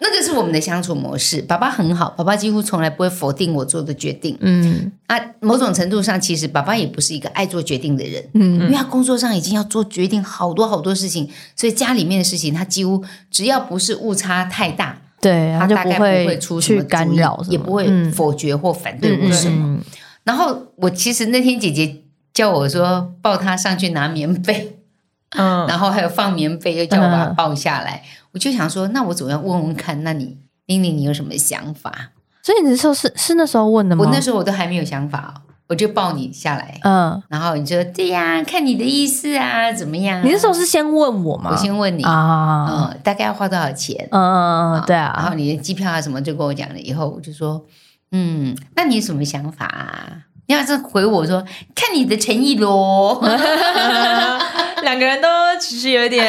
[SPEAKER 1] 那个是我们的相处模式。爸爸很好，爸爸几乎从来不会否定我做的决定。
[SPEAKER 2] 嗯
[SPEAKER 1] 啊，某种程度上，其实爸爸也不是一个爱做决定的人，嗯，因为他工作上已经要做决定好多好多事情，所以家里面的事情，他几乎只要不是误差太大，
[SPEAKER 2] 对，
[SPEAKER 1] 他
[SPEAKER 2] 就
[SPEAKER 1] 大概不
[SPEAKER 2] 会
[SPEAKER 1] 出什么主
[SPEAKER 2] 去
[SPEAKER 1] 意
[SPEAKER 2] 干扰什么，
[SPEAKER 1] 也不会否决或反对我什么。
[SPEAKER 2] 嗯
[SPEAKER 1] 然后我其实那天姐姐叫我说抱她上去拿棉被，
[SPEAKER 4] 嗯，
[SPEAKER 1] 然后还有放棉被，又叫我把她
[SPEAKER 2] 嗯
[SPEAKER 1] 抱下来，我就想说，那我总要问问看，那你玲玲你有什么想法？
[SPEAKER 2] 所以你那时候是是那时候问的吗？
[SPEAKER 1] 我那时候我都还没有想法哦，我就抱你下来。
[SPEAKER 2] 嗯，
[SPEAKER 1] 然后你就说对呀、看你的意思啊，怎么样、
[SPEAKER 2] 你那时候是先问我吗？
[SPEAKER 1] 我先问你，
[SPEAKER 2] 啊，
[SPEAKER 1] 嗯，大概要花多少钱？
[SPEAKER 2] 嗯嗯嗯，对啊，
[SPEAKER 1] 然后你的机票啊什么就跟我讲了，以后我就说，嗯，那你有什么想法、啊？你要是回我说，看你的诚意咯。
[SPEAKER 4] 两个人都其实有一点，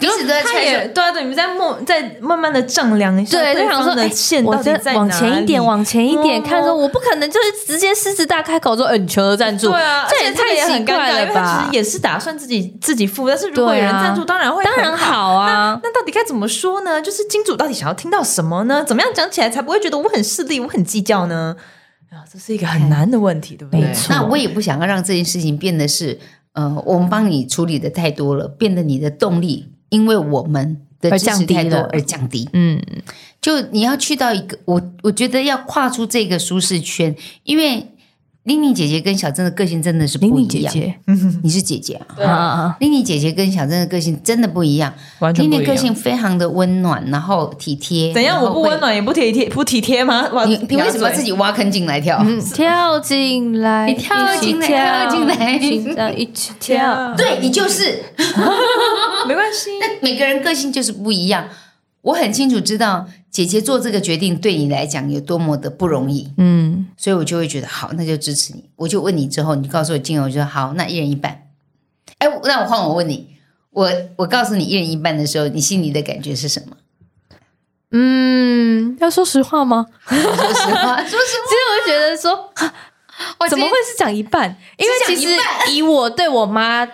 [SPEAKER 1] 彼此都在
[SPEAKER 4] 他
[SPEAKER 1] 猜
[SPEAKER 4] 也
[SPEAKER 1] 想，
[SPEAKER 4] 对啊，对，你们在默在慢慢的丈量一下，
[SPEAKER 2] 对，就
[SPEAKER 4] 对
[SPEAKER 2] 想
[SPEAKER 4] 方
[SPEAKER 2] 说，哎
[SPEAKER 4] 的线
[SPEAKER 2] 我
[SPEAKER 4] 到底
[SPEAKER 2] 再
[SPEAKER 4] 在
[SPEAKER 2] 往
[SPEAKER 4] 哪
[SPEAKER 2] 前一点，
[SPEAKER 4] 里
[SPEAKER 2] 往前一点，
[SPEAKER 4] 哦
[SPEAKER 2] 看说，我不可能就是直接狮子大开口说，嗯，求了赞助，
[SPEAKER 4] 对啊，
[SPEAKER 2] 这也
[SPEAKER 4] 而且这
[SPEAKER 2] 太
[SPEAKER 4] 个也
[SPEAKER 2] 奇
[SPEAKER 4] 很尴尬，
[SPEAKER 2] 怪
[SPEAKER 4] 因为
[SPEAKER 2] 了
[SPEAKER 4] 他其
[SPEAKER 2] 吧
[SPEAKER 4] 实？也是打算自己自己付，但是如果
[SPEAKER 2] 对
[SPEAKER 4] 有
[SPEAKER 2] 啊
[SPEAKER 4] 人赞助，当然会
[SPEAKER 2] 当然
[SPEAKER 4] 很好。
[SPEAKER 2] 好啊，
[SPEAKER 4] 那到底该怎么说呢？就是金主到底想要听到什么呢？怎么样讲起来才不会觉得我很势利，我很计较呢？啊，这是一个很难的问题，对不对？
[SPEAKER 2] 哎没错
[SPEAKER 1] 那我也不想要让这件事情变得是，呃，我们帮你处理的太多了，变得你的动力因为我们的
[SPEAKER 2] 而
[SPEAKER 1] 支持
[SPEAKER 2] 降低
[SPEAKER 1] 太多
[SPEAKER 2] 了
[SPEAKER 1] 而降低。
[SPEAKER 2] 嗯，
[SPEAKER 1] 就你要去到一个，我我觉得要跨出这个舒适圈，因为玲玲姐姐跟小珍的个性真的是不一
[SPEAKER 2] 玲
[SPEAKER 1] 样。
[SPEAKER 2] 玲姐姐
[SPEAKER 1] 你是姐姐啊，
[SPEAKER 2] 啊啊，啊
[SPEAKER 1] 玲玲姐姐跟小珍的个性真的不一样。
[SPEAKER 4] 完全
[SPEAKER 1] 玲
[SPEAKER 4] 不
[SPEAKER 1] 玲
[SPEAKER 4] 一
[SPEAKER 1] 个
[SPEAKER 4] 样。
[SPEAKER 1] 性非常的温暖，然后体贴。
[SPEAKER 4] 怎样？
[SPEAKER 1] 然后
[SPEAKER 4] 我不
[SPEAKER 1] 会
[SPEAKER 4] 温。暖也不体贴，不体贴吗？哇
[SPEAKER 1] 你你为什么自？己挖坑进来跳？
[SPEAKER 2] 嗯跳进来，
[SPEAKER 1] 你跳
[SPEAKER 2] 一起
[SPEAKER 1] 进来跳
[SPEAKER 2] 跳
[SPEAKER 1] 进来
[SPEAKER 2] 心 脏一起
[SPEAKER 4] 天
[SPEAKER 2] 跳，
[SPEAKER 4] 啊，
[SPEAKER 1] 对你就是，
[SPEAKER 4] 没关系。
[SPEAKER 1] 但每个人个性就是不一样。我很清楚知道姐姐做这个决定对你来讲有多么的不容 易，
[SPEAKER 2] 嗯，
[SPEAKER 1] 所以我就会觉得好，那就支持你。我就问你之后，你告诉我金额，我就说好，那一人一半。哎，我那我换我问你，我我告诉你一人一半的时候，你心里的感觉是什么？
[SPEAKER 2] 嗯，要说实话吗？
[SPEAKER 1] 说实话，
[SPEAKER 3] 说实
[SPEAKER 2] 其实我就觉得说，啊
[SPEAKER 3] 话，
[SPEAKER 2] 怎么会是讲一半？因为其实以我对我妈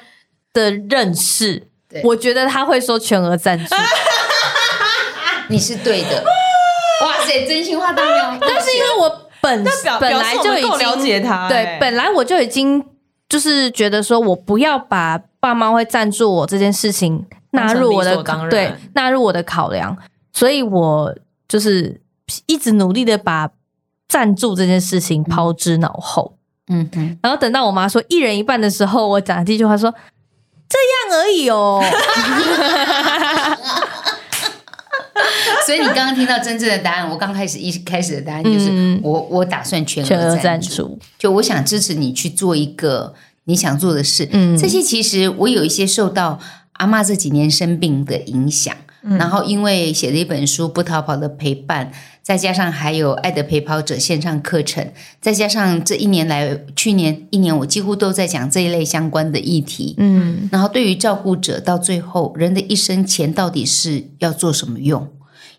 [SPEAKER 2] 的认识
[SPEAKER 1] 对，
[SPEAKER 2] 我觉得她会说全额赞助，
[SPEAKER 1] 你是对的。哇塞，真心话大冒
[SPEAKER 2] 但是因为我本
[SPEAKER 4] 那表
[SPEAKER 2] 本来就已
[SPEAKER 4] 表示我们够
[SPEAKER 2] 经
[SPEAKER 4] 了解她哎
[SPEAKER 2] 对，本来我就已经就是觉得说我不要把爸妈会赞助我这件事情纳入我的
[SPEAKER 4] 当成理所当然
[SPEAKER 2] 对纳入我的考量，所以我就是一直努力的把赞助这件事情抛之脑后。
[SPEAKER 1] 嗯哼，
[SPEAKER 2] 然后等到我妈说一人一半的时候，我讲了第一句话说这样而已哦，
[SPEAKER 1] 所以你刚刚听到真正的答案，我刚开始一开始的答案就是、
[SPEAKER 2] 嗯
[SPEAKER 1] 我我打算全
[SPEAKER 2] 全额
[SPEAKER 1] 额
[SPEAKER 2] 赞
[SPEAKER 1] 赞
[SPEAKER 2] 助，
[SPEAKER 1] 就我想支持你去做一个你想做的事。
[SPEAKER 2] 嗯
[SPEAKER 1] 这些其实我有一些受到阿嬷这几年生病的影响，
[SPEAKER 2] 嗯
[SPEAKER 1] 然后因为写了一本书《不逃跑的陪伴》，再加上还有《爱的陪跑者》线上课程，再加上这一年来，去年一年我几乎都在讲这一类相关的议题。
[SPEAKER 2] 嗯
[SPEAKER 1] 然后对于照顾者，到最后人的一生，钱到底是要做什么用？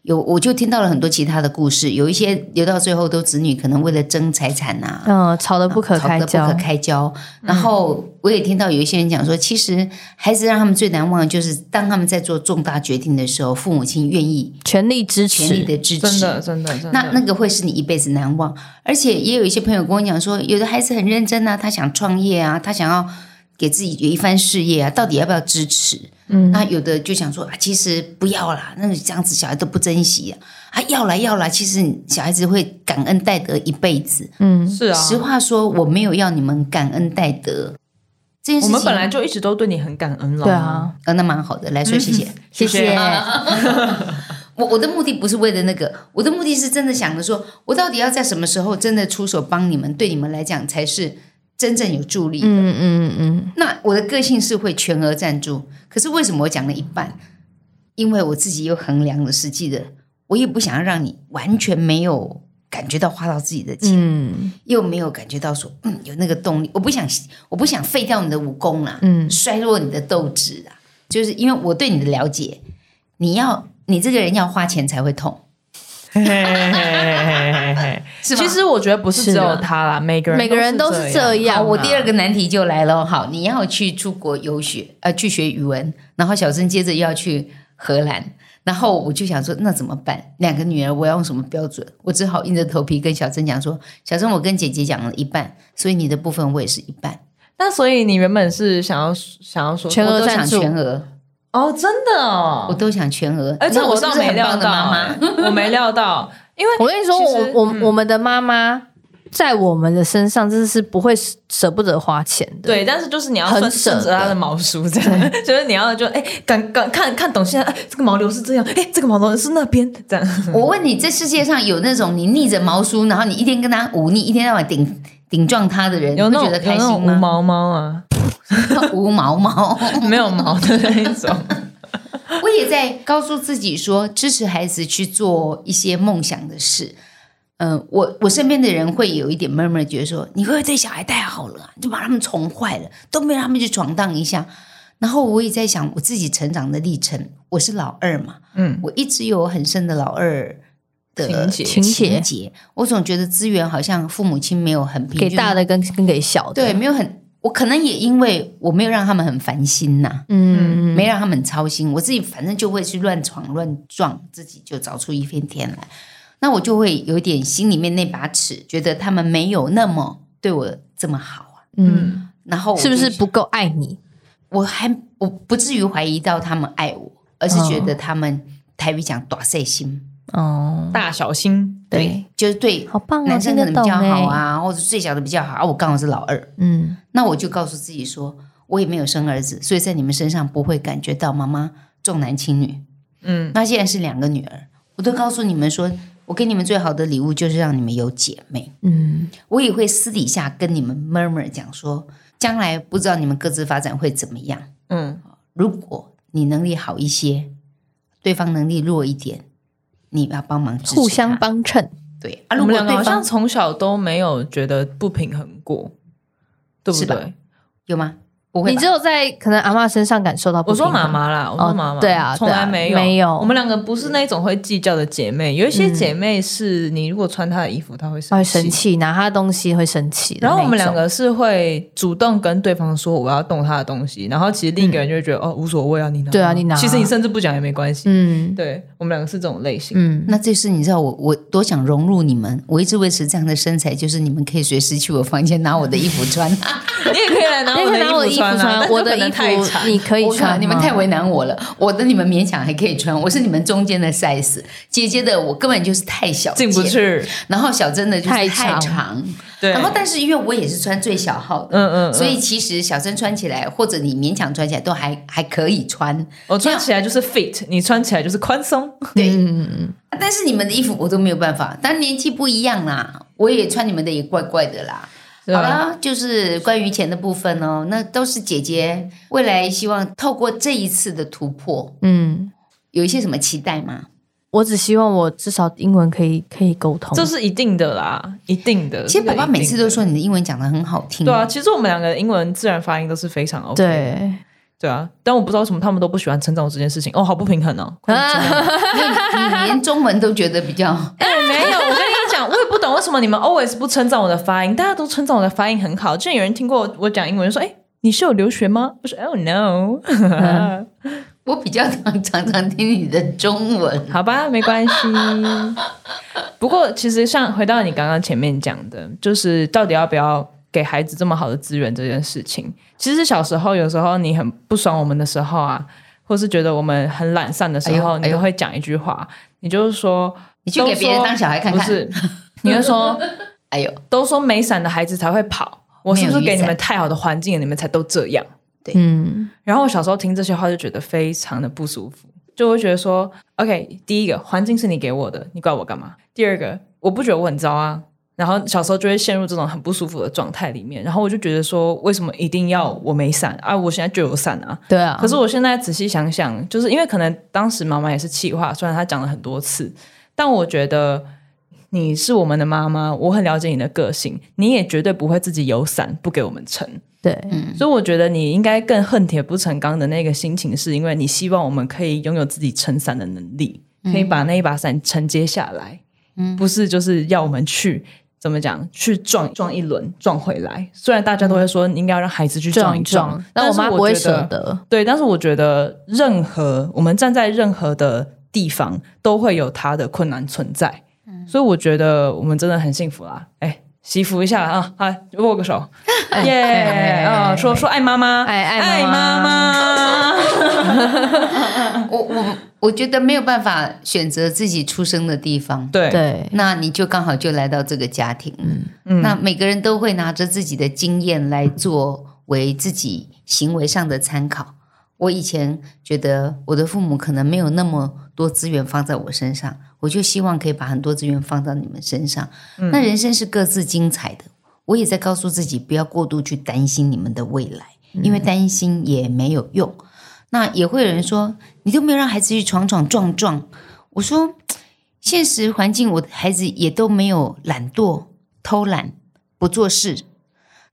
[SPEAKER 1] 有，我就听到了很多其他的故事，有一些留到最后都子女可能为了争财产啊，
[SPEAKER 2] 嗯，吵得不可
[SPEAKER 1] 吵
[SPEAKER 2] 开
[SPEAKER 1] 得
[SPEAKER 2] 交
[SPEAKER 1] 不可，开交。
[SPEAKER 4] 嗯
[SPEAKER 1] 然后我也听到有一些人讲说，其实孩子让他们最难忘的就是当他们在做重大决定的时候，父母亲愿意
[SPEAKER 2] 全力支持，
[SPEAKER 1] 全力的支
[SPEAKER 4] 真的
[SPEAKER 1] 持。
[SPEAKER 4] 真的真的。
[SPEAKER 1] 那那个会是你一辈子难忘，而且也有一些朋友跟我讲说，有的孩子很认真啊，他想创业啊，他想要给自己有一番事业啊，到底要不要支持？
[SPEAKER 2] 嗯
[SPEAKER 1] 那有的就想说啊，其实不要啦，那你这样子小孩都不珍惜啊，啊要啦要啦，其实小孩子会感恩戴德一辈子。
[SPEAKER 2] 嗯
[SPEAKER 4] 是啊，
[SPEAKER 1] 实话说，我没有要你们感恩戴德这件事情，
[SPEAKER 4] 我们本来就一直都对你很感恩了。
[SPEAKER 2] 对啊，。
[SPEAKER 1] 呃，那蛮好的，来说谢谢。
[SPEAKER 2] 谢
[SPEAKER 4] 嗯谢谢
[SPEAKER 2] 谢，
[SPEAKER 1] 我我的目的不是为了那个，我的目的是真的想着说，我到底要在什么时候真的出手帮你们，对你们来讲才是真正有助力。
[SPEAKER 2] 嗯嗯嗯，
[SPEAKER 1] 那我的个性是会全额赞助，可是为什么我讲了一半？因为我自己有衡量了实际的，我也不想要让你完全没有感觉到花到自己的钱。
[SPEAKER 2] 嗯
[SPEAKER 1] 又没有感觉到说，嗯，有那个动力。我不想，我不想废掉你的武功啦，
[SPEAKER 2] 嗯
[SPEAKER 1] 衰弱你的斗志啦。就是因为我对你的了解，你要你这个人要花钱才会痛，
[SPEAKER 4] 嘿嘿嘿嘿嘿嘿
[SPEAKER 1] 是吗？
[SPEAKER 4] 其实我觉得不是只有他啦，每个人
[SPEAKER 2] 每个人都是
[SPEAKER 4] 这
[SPEAKER 2] 这样啊
[SPEAKER 1] 好，我第二个难题就来了。好，你要去出国游学，呃，去学语文，然后小珍接着又要去荷兰，然后我就想说，那怎么办？两个女儿，我要用什么标准？我只好硬着头皮跟小珍讲说，小珍，我跟姐姐讲了一半，所以你的部分我也是一半，
[SPEAKER 4] 那所以你原本是想要想要说
[SPEAKER 2] 全额
[SPEAKER 1] 我都想
[SPEAKER 2] 赞助
[SPEAKER 1] 全额。
[SPEAKER 4] 哦，真的哦
[SPEAKER 1] 我，都想全额，
[SPEAKER 4] 哎，这
[SPEAKER 1] 那我
[SPEAKER 4] 我
[SPEAKER 1] 是不
[SPEAKER 4] 倒
[SPEAKER 1] 是
[SPEAKER 4] 没
[SPEAKER 1] 很棒
[SPEAKER 4] 料
[SPEAKER 1] 啊的
[SPEAKER 4] 到
[SPEAKER 1] 妈妈
[SPEAKER 4] 哎，？我没料到，因为
[SPEAKER 2] 我跟你说，
[SPEAKER 4] 其实
[SPEAKER 2] 我我、
[SPEAKER 4] 嗯
[SPEAKER 2] 我们的妈妈在我们的身上，真的是不会舍舍不得花钱的。，
[SPEAKER 4] 对，但是就是你要
[SPEAKER 2] 很
[SPEAKER 4] 顺
[SPEAKER 2] 舍
[SPEAKER 4] 顺着他
[SPEAKER 2] 得
[SPEAKER 4] 的毛梳，这样 就是你要就哎，敢敢看看懂现在，哎，这个毛流是这样，哎，这个毛流是那边这样。
[SPEAKER 1] 我问你，这世界上有那种你逆着毛梳，然后你一天跟他忤逆，一天到晚顶顶撞他的人，你
[SPEAKER 4] 有
[SPEAKER 1] 会
[SPEAKER 4] 那种
[SPEAKER 1] 觉得
[SPEAKER 4] 有
[SPEAKER 1] 开
[SPEAKER 4] 那种
[SPEAKER 1] 心
[SPEAKER 4] 无
[SPEAKER 1] 吗？
[SPEAKER 4] 毛猫啊，
[SPEAKER 1] 无毛毛，
[SPEAKER 4] 没有毛的那一种。
[SPEAKER 1] 我也在告诉自己说，支持孩子去做一些梦想的事。嗯、我我身边的人会有一点慢慢地觉得说，你会不会对小孩太好了啊、你就把他们宠坏了，都没有让他们去闯荡一下。然后我也在想我自己成长的历程，我是老二嘛，
[SPEAKER 4] 嗯，
[SPEAKER 1] 我一直有很深的老二的
[SPEAKER 4] 情结
[SPEAKER 1] 情
[SPEAKER 2] 情
[SPEAKER 1] 我总觉得资源好像父母亲没有很平
[SPEAKER 2] 给
[SPEAKER 1] 均，
[SPEAKER 2] 大的跟跟给小的。
[SPEAKER 1] 对，，没有很，我可能也因为我没有让他们很烦心呐、
[SPEAKER 2] 嗯，
[SPEAKER 1] 没让他们操心，我自己反正就会去乱闯乱撞，自己就找出一片天来。那我就会有点心里面那把尺，觉得他们没有那么对我这么好啊。
[SPEAKER 2] 嗯，
[SPEAKER 1] 然后我
[SPEAKER 2] 是不
[SPEAKER 1] 就是
[SPEAKER 2] 不够爱你？
[SPEAKER 1] 我还我不至于怀疑到他们爱我，而是觉得
[SPEAKER 2] 嗯
[SPEAKER 1] 他们、台语讲短碎心，
[SPEAKER 2] 哦，
[SPEAKER 4] 大小心，
[SPEAKER 1] 对，就是对
[SPEAKER 2] 好棒哦，
[SPEAKER 1] 男
[SPEAKER 2] 听
[SPEAKER 1] 生可
[SPEAKER 2] 得
[SPEAKER 1] 能
[SPEAKER 2] 懂
[SPEAKER 1] 比较好
[SPEAKER 2] 哎。
[SPEAKER 1] 啊，或者最小的比较好啊。我刚好是老二，
[SPEAKER 2] 嗯，
[SPEAKER 1] 那我就告诉自己说，我也没有生儿子，所以在你们身上不会感觉到妈妈重男轻女。
[SPEAKER 4] 嗯，
[SPEAKER 1] 那现在是两个女儿，我都告诉你们说，我给你们最好的礼物就是让你们有姐妹。
[SPEAKER 2] 嗯，
[SPEAKER 1] 我也会私底下跟你们 murmur 讲说，将来不知道你们各自发展会怎么样。
[SPEAKER 4] 嗯，
[SPEAKER 1] 如果你能力好一些，对方能力弱一点，你要帮忙支持他
[SPEAKER 2] 互相帮衬。
[SPEAKER 1] 对啊。
[SPEAKER 4] 我
[SPEAKER 1] 如
[SPEAKER 4] 们
[SPEAKER 1] 果
[SPEAKER 4] 两个
[SPEAKER 1] 对
[SPEAKER 4] 好像
[SPEAKER 1] 方
[SPEAKER 4] 从小都没有觉得不平衡过，对不
[SPEAKER 1] 是
[SPEAKER 4] 对
[SPEAKER 1] 吧？有吗？不会吧，
[SPEAKER 2] 你只有在可能阿嬷身上感受到不
[SPEAKER 4] 我
[SPEAKER 2] 平衡。
[SPEAKER 4] 说妈妈啦，我说妈妈，
[SPEAKER 2] 对啊
[SPEAKER 4] 从
[SPEAKER 2] 对
[SPEAKER 4] 来
[SPEAKER 2] 啊
[SPEAKER 4] 没有
[SPEAKER 2] 没有
[SPEAKER 4] 我们两个不是那种会计较的姐妹，有一些姐妹是你如果穿她的衣服，她会
[SPEAKER 2] 她
[SPEAKER 4] 生
[SPEAKER 2] 会
[SPEAKER 4] 气
[SPEAKER 2] 生。气，拿她的东西会生气的那
[SPEAKER 4] 然
[SPEAKER 2] 种。
[SPEAKER 4] 后我们两个是会主动跟对方说我要动她的东西，然后其实另一个人就会觉得、哦无所谓啊，你拿
[SPEAKER 2] 对啊你拿啊
[SPEAKER 4] 其实你甚至不讲也没关系。
[SPEAKER 2] 嗯
[SPEAKER 4] 对我们两个是这种类型。
[SPEAKER 2] 嗯，
[SPEAKER 1] 那这次你知道我我多想融入你们，我一直维持这样的身材，就是你们可以随时去我房间拿我的衣服穿，
[SPEAKER 4] 你也可以来拿
[SPEAKER 2] 那个
[SPEAKER 4] 我的
[SPEAKER 2] 拿我的
[SPEAKER 4] 衣
[SPEAKER 2] 衣服
[SPEAKER 4] 穿啊，
[SPEAKER 2] 穿，
[SPEAKER 4] 但
[SPEAKER 2] 我
[SPEAKER 4] 可
[SPEAKER 2] 的
[SPEAKER 4] 能
[SPEAKER 2] 衣
[SPEAKER 4] 太长
[SPEAKER 2] 服你可以
[SPEAKER 1] 我靠
[SPEAKER 2] 穿，啊
[SPEAKER 1] 你们太。为难我了，我的你们勉强还可以穿，我是你们中间的 size，姐姐的我根本就是太小，
[SPEAKER 4] 进不。去。
[SPEAKER 1] 然后小珍的就是太
[SPEAKER 2] 太
[SPEAKER 1] 长，
[SPEAKER 2] 长
[SPEAKER 4] 对，
[SPEAKER 1] 然后但是因为我也是穿最小号的，
[SPEAKER 4] 嗯嗯嗯
[SPEAKER 1] 所以其实小珍穿起来或者你勉强穿起来都还还可以穿，
[SPEAKER 4] 我穿起来就是 fit，你穿起来就是宽松。
[SPEAKER 1] 对。
[SPEAKER 2] 嗯，嗯
[SPEAKER 1] 但是你们的衣服我都没有办法，当然年纪不一样啦，我也穿你们的也怪怪的啦。
[SPEAKER 4] 是
[SPEAKER 1] 好
[SPEAKER 4] 啊吧
[SPEAKER 1] 啦，就是关于钱的部分哦，那都是姐姐未来希望透过这一次的突破，
[SPEAKER 2] 嗯，
[SPEAKER 1] 有一些什么期待吗？
[SPEAKER 2] 我只希望我至少英文可以可以沟通。
[SPEAKER 4] 这是一定的啦，一定的。
[SPEAKER 1] 其实爸爸
[SPEAKER 4] 这个一定的
[SPEAKER 1] 每次都说你的英文讲的很好听，
[SPEAKER 4] 对啊，其实我们两个的英文自然发音都是非常 OK，
[SPEAKER 2] 对，
[SPEAKER 4] 对啊，但我不知道为什么他们都不喜欢成长这件事情，哦，好不平衡哦。
[SPEAKER 2] 啊，
[SPEAKER 1] 你你连中文都觉得比较
[SPEAKER 4] 哎、没有，我跟你讲，我也不懂为什么你们 always 不称赞我的发音，大家都称赞我的发音很好。之前有人听过我讲英文，就说：“哎、你是有留学吗？”我说：“Oh no，
[SPEAKER 1] 我比较常常常听你的中文，
[SPEAKER 4] 好吧，没关系。” 不过，其实像回到你刚刚前面讲的，就是到底要不要给孩子这么好的资源这件事情，其实小时候有时候你很不爽我们的时候啊，或是觉得我们很懒散的时候，
[SPEAKER 1] 哎呦哎呦
[SPEAKER 4] 你都会讲一句话，你就是说，
[SPEAKER 1] 你去给别人当小孩看
[SPEAKER 4] 不
[SPEAKER 1] 看。
[SPEAKER 4] 是，你会说。
[SPEAKER 1] 哎呦，
[SPEAKER 4] 都说没伞的孩子才会跑，我是不是给你们太好的环境了，你们才都这样？
[SPEAKER 2] 嗯，
[SPEAKER 4] 然后我小时候听这些话就觉得非常的不舒服，就会觉得说，OK，第一个环境是你给我的，你怪我干嘛？第二个，我不觉得我很糟啊。然后小时候就会陷入这种很不舒服的状态里面，然后我就觉得说，为什么一定要我没伞啊？我现在就有伞啊！
[SPEAKER 2] 对啊。
[SPEAKER 4] 可是我现在仔细想想，就是因为可能当时妈妈也是气话，虽然她讲了很多次，但我觉得你是我们的妈妈，我很了解你的个性，你也绝对不会自己有伞不给我们撑。
[SPEAKER 2] 对，
[SPEAKER 4] 所以我觉得你应该更恨铁不成钢的那个心情，是因为你希望我们可以拥有自己撑伞的能力，
[SPEAKER 2] 嗯
[SPEAKER 4] 可以把那一把伞承接下来，
[SPEAKER 1] 嗯
[SPEAKER 4] 不是就是要我们去。怎么讲？去撞撞一轮，撞回来。虽然大家都会说你应该要让孩子去撞
[SPEAKER 2] 撞一
[SPEAKER 4] 撞，
[SPEAKER 2] 撞，
[SPEAKER 4] 但
[SPEAKER 2] 但我
[SPEAKER 4] 是
[SPEAKER 2] 妈不会
[SPEAKER 4] 觉得
[SPEAKER 2] 舍得。
[SPEAKER 4] 对，但是我觉得任何我们站在任何的地方，都会有它的困难存在。
[SPEAKER 2] 嗯
[SPEAKER 4] 所以我觉得我们真的很幸福啦！哎，惜福一下啊，啊，握个手， 耶！
[SPEAKER 1] 哎
[SPEAKER 4] 啊，说说爱妈妈，
[SPEAKER 2] 哎爱妈
[SPEAKER 4] 爱妈 妈。
[SPEAKER 1] 我我我觉得没有办法选择自己出生的地方，
[SPEAKER 4] 对，
[SPEAKER 2] 对，
[SPEAKER 1] 那你就刚好就来到这个家庭，嗯，那每个人都会拿着自己的经验来作为自己行为上的参考。我以前觉得我的父母可能没有那么多资源放在我身上，我就希望可以把很多资源放到你们身上。
[SPEAKER 4] 嗯
[SPEAKER 1] 那人生是各自精彩的，我也在告诉自己不要过度去担心你们的未来，因
[SPEAKER 4] 嗯
[SPEAKER 1] 为担心也没有用。那也会有人说，你都没有让孩子去闯闯撞撞。我说，现实环境，我的孩子也都没有懒惰、偷懒、不做事，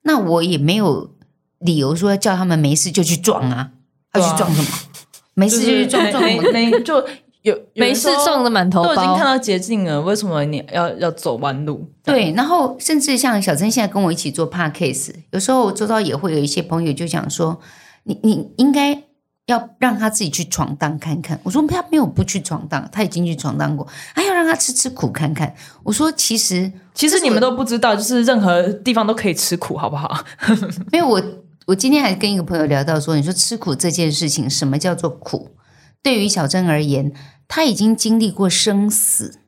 [SPEAKER 1] 那我也没有理由说叫他们没事就去撞啊，要
[SPEAKER 4] 对啊
[SPEAKER 1] 去撞什么？没事就去撞撞什么？
[SPEAKER 4] 那那就有
[SPEAKER 2] 没事撞
[SPEAKER 4] 的
[SPEAKER 2] 的满头
[SPEAKER 4] 都已经看
[SPEAKER 2] 包。
[SPEAKER 4] 到捷径了，为什么你要要走弯路？
[SPEAKER 1] 对，然后甚至像小珍现在跟我一起做 p a case，有时候我周遭也会有一些朋友就想说，你你应该要让他自己去闯荡看看。我说他没有不去闯荡，他已经去闯荡过，还要让他吃吃苦看看。我说其实
[SPEAKER 4] 其实你们都不知道，就是任何地方都可以吃苦，好不好？
[SPEAKER 1] 没有我，我今天还跟一个朋友聊到说，你说吃苦这件事情，什么叫做苦？对于小珍而言，她已经经历过生死，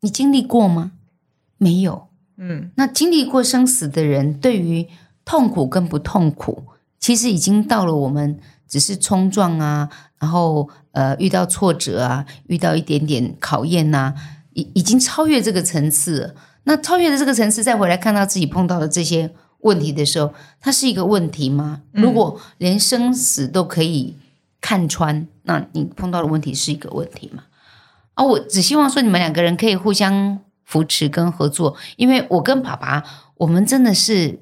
[SPEAKER 1] 你经历过吗？没有。
[SPEAKER 4] 嗯，
[SPEAKER 1] 那经历过生死的人，对于痛苦跟不痛苦，其实已经到了我们只是冲撞啊，然后呃遇到挫折啊，遇到一点点考验呐、已已经超越这个层次了。那超越了这个层次，再回来看到自己碰到的这些问题的时候，它是一个问题吗？如果连生死都可以看穿，那你碰到的问题是一个问题吗？啊，我只希望说你们两个人可以互相扶持跟合作，因为我跟爸爸，我们真的是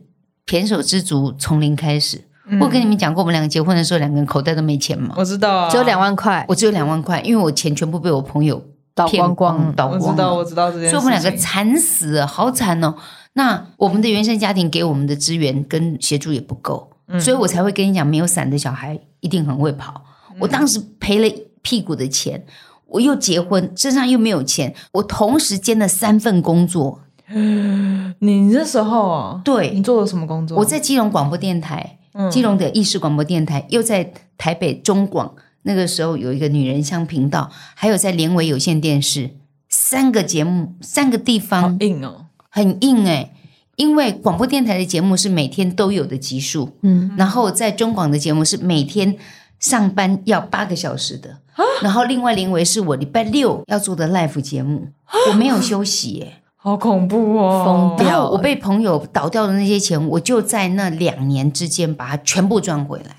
[SPEAKER 1] 胼手知足，从零开始。我跟你们讲过，我们两个结婚的时候，两个人口袋都没钱嘛。
[SPEAKER 4] 我知道啊，
[SPEAKER 2] 只有两万块，
[SPEAKER 1] 我只有两万块，因为我钱全部被我朋友
[SPEAKER 2] 倒
[SPEAKER 1] 骗
[SPEAKER 2] 光 光。
[SPEAKER 1] 倒
[SPEAKER 4] 我
[SPEAKER 1] 光
[SPEAKER 4] 知道，
[SPEAKER 2] 嗯
[SPEAKER 1] 了。
[SPEAKER 4] 我知道这件事
[SPEAKER 1] 所以
[SPEAKER 4] 情。
[SPEAKER 1] 我们两个惨死了，好惨哦。那我们的原生家庭给我们的资源跟协助也不够，
[SPEAKER 4] 嗯
[SPEAKER 1] 所以我才会跟你讲，没有伞的小孩一定很会跑。
[SPEAKER 4] 嗯
[SPEAKER 1] 我当时赔了屁股的钱，我又结婚，身上又没有钱，我同时兼了三份工作。
[SPEAKER 4] 你那时候哦，
[SPEAKER 1] 对
[SPEAKER 4] 你做了什么工作？
[SPEAKER 1] 我在基隆广播电台，基隆的意式广播电台，又在台北中广，那个时候有一个女人香频道，还有在联维有线电视，三个节目，三个地
[SPEAKER 4] 好
[SPEAKER 1] 方，
[SPEAKER 4] 硬哦，
[SPEAKER 1] 很硬哎、因为广播电台的节目是每天都有的集数，
[SPEAKER 2] 嗯，
[SPEAKER 1] 然后在中广的节目是每天上班要八个小时的，然后另外林维是我礼拜六要做的 live 节目，我没有休息欸耶、
[SPEAKER 4] 好恐怖哦，
[SPEAKER 2] 疯掉
[SPEAKER 1] 然后我被朋友倒掉的那些钱，我就在那两年之间把它全部赚回 来。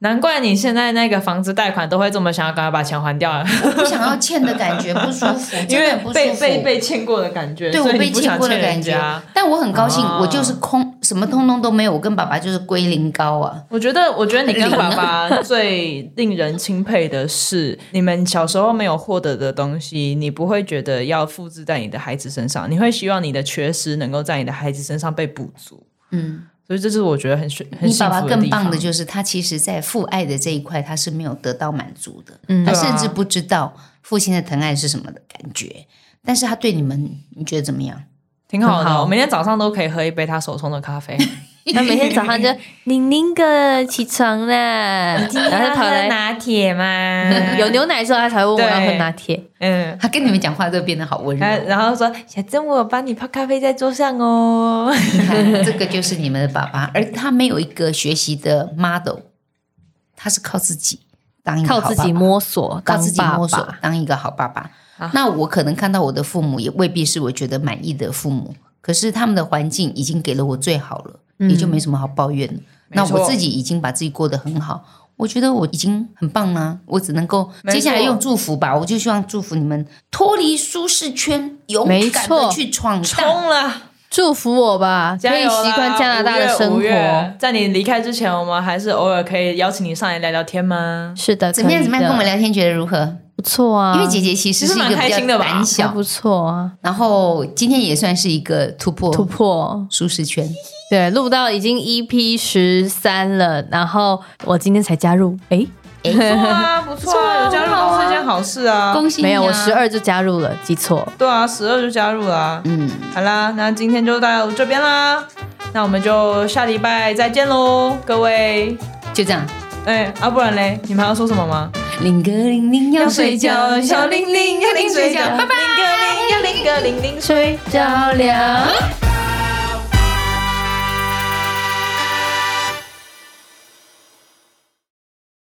[SPEAKER 4] 难怪你现在那个房子贷款都会这么想要赶快把钱还掉啊，
[SPEAKER 1] 我不想要欠的感觉，不舒服，
[SPEAKER 4] 因
[SPEAKER 1] 真的
[SPEAKER 4] 为
[SPEAKER 1] 很不舒服。
[SPEAKER 4] 被被被欠过的感觉，
[SPEAKER 1] 对我
[SPEAKER 4] 所以
[SPEAKER 1] 被
[SPEAKER 4] 你不
[SPEAKER 1] 欠
[SPEAKER 4] 想
[SPEAKER 1] 过的
[SPEAKER 4] 人
[SPEAKER 1] 感觉
[SPEAKER 4] 家。，
[SPEAKER 1] 但我很高兴，
[SPEAKER 4] 哦
[SPEAKER 1] 我就是空，什么通通都没有。我跟爸爸就是归零高啊，
[SPEAKER 4] 我觉得，我觉得你跟爸爸最令人钦佩的是，你们小时候没有获得的东西，你不会觉得要复制在你的孩子身上，你会希望你的缺失能够在你的孩子身上被补足。
[SPEAKER 1] 嗯。
[SPEAKER 4] 所以这是我觉得很幸很
[SPEAKER 1] 你
[SPEAKER 4] 幸
[SPEAKER 1] 爸爸
[SPEAKER 4] 福
[SPEAKER 1] 更
[SPEAKER 4] 地
[SPEAKER 1] 棒
[SPEAKER 4] 方
[SPEAKER 1] 的就是，他其实在父爱的这一块，他是没有得到满足的，
[SPEAKER 2] 嗯
[SPEAKER 1] 他
[SPEAKER 4] 对啊
[SPEAKER 1] 甚至不知道父亲的疼爱是什么的感觉。但是他对你们，你觉得怎么样？
[SPEAKER 4] 挺好的
[SPEAKER 2] 很
[SPEAKER 4] 哦。
[SPEAKER 2] 好
[SPEAKER 4] 我每天早上都可以喝一杯他手冲的 咖啡。
[SPEAKER 2] 那每天早上就宁宁哥起床 啦，然后就跑来
[SPEAKER 4] 拿铁吗
[SPEAKER 2] 有牛奶之后，他才会问我要喝拿铁。
[SPEAKER 4] 嗯，
[SPEAKER 1] 他跟你们讲话都变得好温 柔
[SPEAKER 4] 他。然后说小珍，我有帮你泡咖啡在桌上 哦。
[SPEAKER 1] 你看，这个就是你们的爸爸，而他没有一个学习的 model，他是靠自己当一个好
[SPEAKER 2] 靠
[SPEAKER 1] 爸
[SPEAKER 2] 自
[SPEAKER 1] 爸
[SPEAKER 2] 己，摸索，
[SPEAKER 1] 靠自己
[SPEAKER 2] 当爸
[SPEAKER 1] 摸索
[SPEAKER 2] 爸，
[SPEAKER 1] 当一个好爸爸
[SPEAKER 4] 啊。
[SPEAKER 1] 那我可能看到我的父母也未必是我觉得满意的父母，可是他们的环境已经给了我最好了，也就没什么好抱怨了。
[SPEAKER 4] 嗯没
[SPEAKER 1] 那
[SPEAKER 4] 错
[SPEAKER 1] 我自己已经把自己过得很好，我觉得我已经很棒啦。我只能够
[SPEAKER 4] 没错
[SPEAKER 1] 接下来用祝福吧，我就希望祝福你们脱离舒适圈，勇
[SPEAKER 2] 没
[SPEAKER 1] 敢的
[SPEAKER 2] 错
[SPEAKER 1] 去闯荡。
[SPEAKER 4] 冲了，
[SPEAKER 2] 祝福我吧，
[SPEAKER 4] 加
[SPEAKER 2] 可以
[SPEAKER 4] 油啦！
[SPEAKER 2] 习惯加拿大的生
[SPEAKER 4] 五月五
[SPEAKER 2] 活
[SPEAKER 4] 月。在你离开之前，我们还是偶尔可以邀请你上来聊聊 天吗？
[SPEAKER 2] 是的，
[SPEAKER 1] 怎么样？
[SPEAKER 2] 可
[SPEAKER 1] 怎
[SPEAKER 2] 以
[SPEAKER 1] 么样？
[SPEAKER 2] 的
[SPEAKER 1] 跟我们聊天觉得如何？
[SPEAKER 2] 不错啊，
[SPEAKER 1] 因为姐姐其实是一个
[SPEAKER 4] 嗯其实蛮开
[SPEAKER 1] 比
[SPEAKER 4] 心的
[SPEAKER 1] 较
[SPEAKER 4] 吧
[SPEAKER 1] 胆
[SPEAKER 2] 还
[SPEAKER 1] 小
[SPEAKER 2] 不，错啊，
[SPEAKER 1] 然后今天也算是一个突破
[SPEAKER 2] 突破。
[SPEAKER 1] 舒适圈，
[SPEAKER 2] 对，录到已经 EP 十三了，然后我今天才加入，诶，
[SPEAKER 4] 不错啊，不错啊，有加入都是一件好事啊。
[SPEAKER 1] 恭喜你啊
[SPEAKER 2] 没有，我十，二就加入了，记错。
[SPEAKER 4] 对啊，十二就加入了啊。
[SPEAKER 1] 嗯，
[SPEAKER 4] 好啦，那今天就到这边啦，那我们就下礼拜再见喽，各位。
[SPEAKER 1] 就这 样，
[SPEAKER 4] 哎、啊，不然嘞，你们还要说什么吗？
[SPEAKER 1] 零个零零要睡觉，
[SPEAKER 4] 小玲玲要零睡觉，拜拜。零个零要零个零零睡。
[SPEAKER 2] 睡觉了。